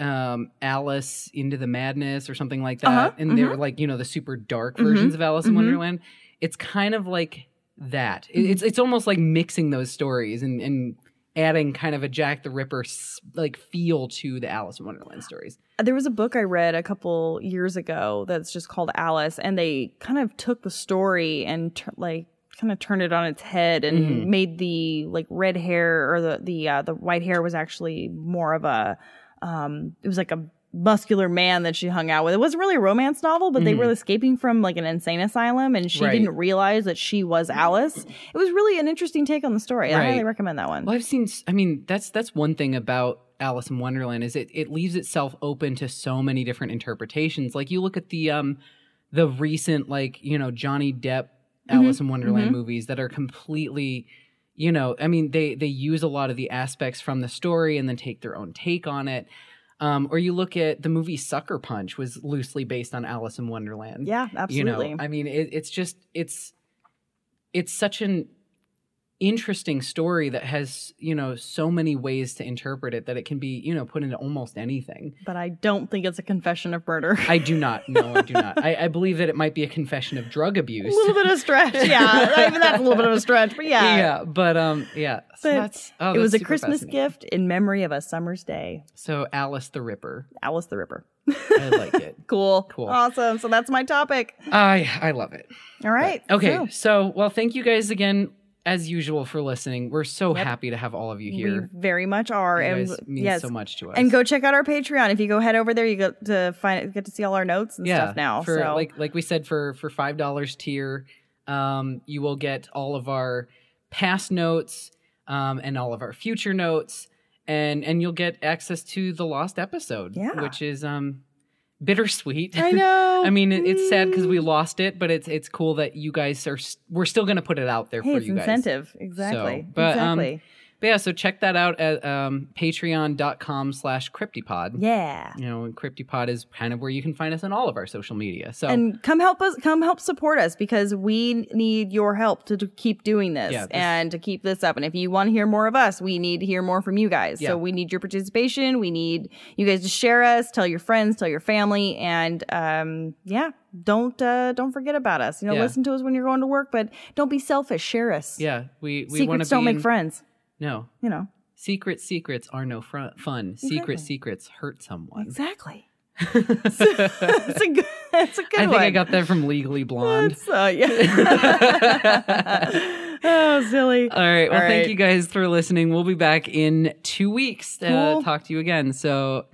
[SPEAKER 2] um Alice into the Madness or something like that
[SPEAKER 1] Uh-huh,
[SPEAKER 2] and they were like you know the super dark versions of Alice in
[SPEAKER 1] mhm.
[SPEAKER 2] Wonderland it's kind of like that
[SPEAKER 1] Mm-hmm.
[SPEAKER 2] It- it's it's almost like mixing those stories and and adding kind of a Jack the Ripper s- like feel to the Alice in Wonderland stories
[SPEAKER 1] There was a book I read a couple years ago that's just called Alice, and they kind of took the story and tur like kind of turned it on its head and
[SPEAKER 2] Mhm.
[SPEAKER 1] made the like red hair or the the uh, the white hair was actually more of a um it was like a muscular man that she hung out with. It wasn't really a romance novel, but they
[SPEAKER 2] Mhm.
[SPEAKER 1] were escaping from like an insane asylum, and she
[SPEAKER 2] Right.
[SPEAKER 1] didn't realize that she was Alice. It was really an interesting take on the story. I highly
[SPEAKER 2] Right.
[SPEAKER 1] recommend that one.
[SPEAKER 2] Well, I've seen. s- I mean, that's that's one thing about Alice in Wonderland is it it leaves itself open to so many different interpretations. Like you look at the um the recent like you know Johnny Depp Alice in Wonderland
[SPEAKER 1] mhm.
[SPEAKER 2] movies that are completely you know I mean they they use a lot of the aspects from the story and then take their own take on it. Um, or you look at the movie Sucker Punch was loosely based on Alice in Wonderland
[SPEAKER 1] Yeah, absolutely.
[SPEAKER 2] you know i mean it, it's just it's it's such an interesting story that has you know so many ways to interpret it that it can be you know put into almost anything
[SPEAKER 1] but I don't think it's a confession of murder.
[SPEAKER 2] i do not no i do not I, I believe that it might be a confession of drug
[SPEAKER 1] a
[SPEAKER 2] abuse
[SPEAKER 1] little bit of a stretch. Yeah, I mean that's a little bit of a stretch, but yeah.
[SPEAKER 2] yeah but um yeah so
[SPEAKER 1] But
[SPEAKER 2] that's oh,
[SPEAKER 1] it
[SPEAKER 2] that's
[SPEAKER 1] was a
[SPEAKER 2] super
[SPEAKER 1] Christmas
[SPEAKER 2] fascinating.
[SPEAKER 1] gift in memory of a summer's day.
[SPEAKER 2] so alice the ripper
[SPEAKER 1] Alice the Ripper.
[SPEAKER 2] i like it
[SPEAKER 1] Cool.
[SPEAKER 2] Cool.
[SPEAKER 1] Awesome. So that's my topic.
[SPEAKER 2] i i love it
[SPEAKER 1] All right.
[SPEAKER 2] okay
[SPEAKER 1] so
[SPEAKER 2] so well thank you guys again as usual for listening we're so
[SPEAKER 1] Yep.
[SPEAKER 2] happy to have all of you
[SPEAKER 1] we
[SPEAKER 2] here
[SPEAKER 1] very much are,
[SPEAKER 2] you
[SPEAKER 1] and
[SPEAKER 2] guys mean
[SPEAKER 1] yes,
[SPEAKER 2] so much to us
[SPEAKER 1] and go check out our Patreon. If you go head over there, you get to find get to see all our notes and stuff now.
[SPEAKER 2] For,
[SPEAKER 1] so
[SPEAKER 2] like like we said, for for five dollars tier, um, you will get all of our past notes um, and all of our future notes, and and you'll get access to the lost episode,
[SPEAKER 1] Yeah.
[SPEAKER 2] which is um bittersweet.
[SPEAKER 1] I know. Mm.
[SPEAKER 2] I mean, it, it's sad because we lost it, but it's it's cool that you guys are. s- We're still going to put it out there
[SPEAKER 1] Hey,
[SPEAKER 2] for
[SPEAKER 1] it's
[SPEAKER 2] you guys.
[SPEAKER 1] incentive. Exactly.
[SPEAKER 2] but, um,
[SPEAKER 1] exactly.
[SPEAKER 2] But yeah, so check that out at um, Patreon.com/slash Cryptipod.
[SPEAKER 1] yeah.
[SPEAKER 2] You know, and Cryptipod is kind of where you can find us on all of our social media. So
[SPEAKER 1] and come help us come help support us because we need your help to, to keep doing this,
[SPEAKER 2] Yeah, this-
[SPEAKER 1] and to keep this up and if you want to hear more of us we need to hear more from you guys
[SPEAKER 2] Yeah.
[SPEAKER 1] so we need your participation we need you guys to share us tell your friends tell your family and um yeah don't uh don't forget about us you know
[SPEAKER 2] Yeah.
[SPEAKER 1] listen to us when you're going to work but don't be selfish share us
[SPEAKER 2] Yeah, we we want
[SPEAKER 1] secrets
[SPEAKER 2] to
[SPEAKER 1] don't
[SPEAKER 2] be
[SPEAKER 1] make
[SPEAKER 2] in-
[SPEAKER 1] friends
[SPEAKER 2] No,
[SPEAKER 1] you know
[SPEAKER 2] secret secrets are no fr- fun.
[SPEAKER 1] Exactly.
[SPEAKER 2] Secret secrets hurt someone.
[SPEAKER 1] exactly
[SPEAKER 2] I
[SPEAKER 1] that's a good that's a good
[SPEAKER 2] think
[SPEAKER 1] one
[SPEAKER 2] I got that from Legally Blonde.
[SPEAKER 1] That's, uh, yeah oh silly
[SPEAKER 2] All right. Well,
[SPEAKER 1] All
[SPEAKER 2] thank
[SPEAKER 1] right.
[SPEAKER 2] you guys for listening. We'll be back in two weeks to
[SPEAKER 1] Cool.
[SPEAKER 2] talk to you again. So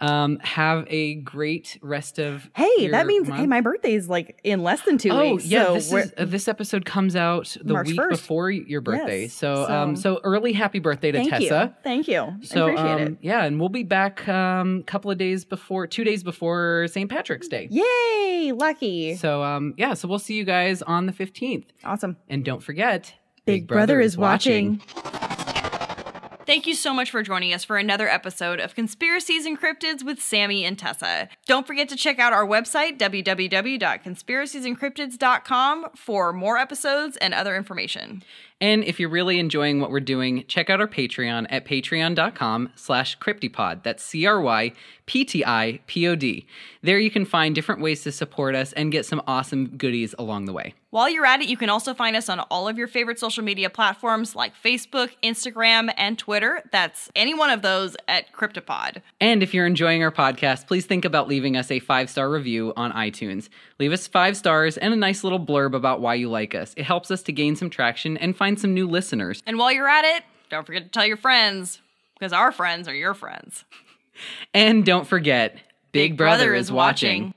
[SPEAKER 2] Um, have a great rest of
[SPEAKER 3] Hey,
[SPEAKER 2] your
[SPEAKER 3] that means
[SPEAKER 2] month.
[SPEAKER 3] hey, my birthday's like in less than two
[SPEAKER 2] oh
[SPEAKER 3] weeks.
[SPEAKER 2] yeah,
[SPEAKER 3] so
[SPEAKER 2] this
[SPEAKER 3] we're-
[SPEAKER 2] is uh, this episode comes out the
[SPEAKER 3] March
[SPEAKER 2] week
[SPEAKER 3] 1st.
[SPEAKER 2] before your birthday.
[SPEAKER 3] Yes,
[SPEAKER 2] so, um,
[SPEAKER 3] so-
[SPEAKER 2] so early happy birthday to
[SPEAKER 3] thank
[SPEAKER 2] Tessa.
[SPEAKER 3] you, thank you.
[SPEAKER 2] So
[SPEAKER 3] I appreciate
[SPEAKER 2] um, yeah, and we'll be back um, couple of days before, two days before St. Patrick's Day.
[SPEAKER 3] it. Yay, lucky,
[SPEAKER 2] So um, yeah, so we'll see you guys on the fifteenth,
[SPEAKER 3] awesome.
[SPEAKER 2] and don't forget,
[SPEAKER 3] Big, Brother, is watching.
[SPEAKER 1] Thank you so much for joining us for another episode of Conspiracies and Cryptids with Sammy and Tessa. Don't forget to check out our website, www.conspiraciesyandcryptids.com, for more episodes and other information.
[SPEAKER 2] And if you're really enjoying what we're doing, check out our Patreon at patreon.com slash cryptipod. That's C-R-Y-P-T-I-P-O-D. There you can find different ways to support us and get some awesome goodies along the way.
[SPEAKER 1] While you're at it, you can also find us on all of your favorite social media platforms like Facebook, Instagram, and Twitter. That's any one of those at Cryptopod.
[SPEAKER 2] And if you're enjoying our podcast, please think about leaving us a five-star review on iTunes. Leave us five stars and a nice little blurb about why you like us. It helps us to gain some traction and find some new listeners.
[SPEAKER 1] And while you're at it, don't forget to tell your friends, because our friends are your friends.
[SPEAKER 2] And don't forget, Big, Brother, is watching.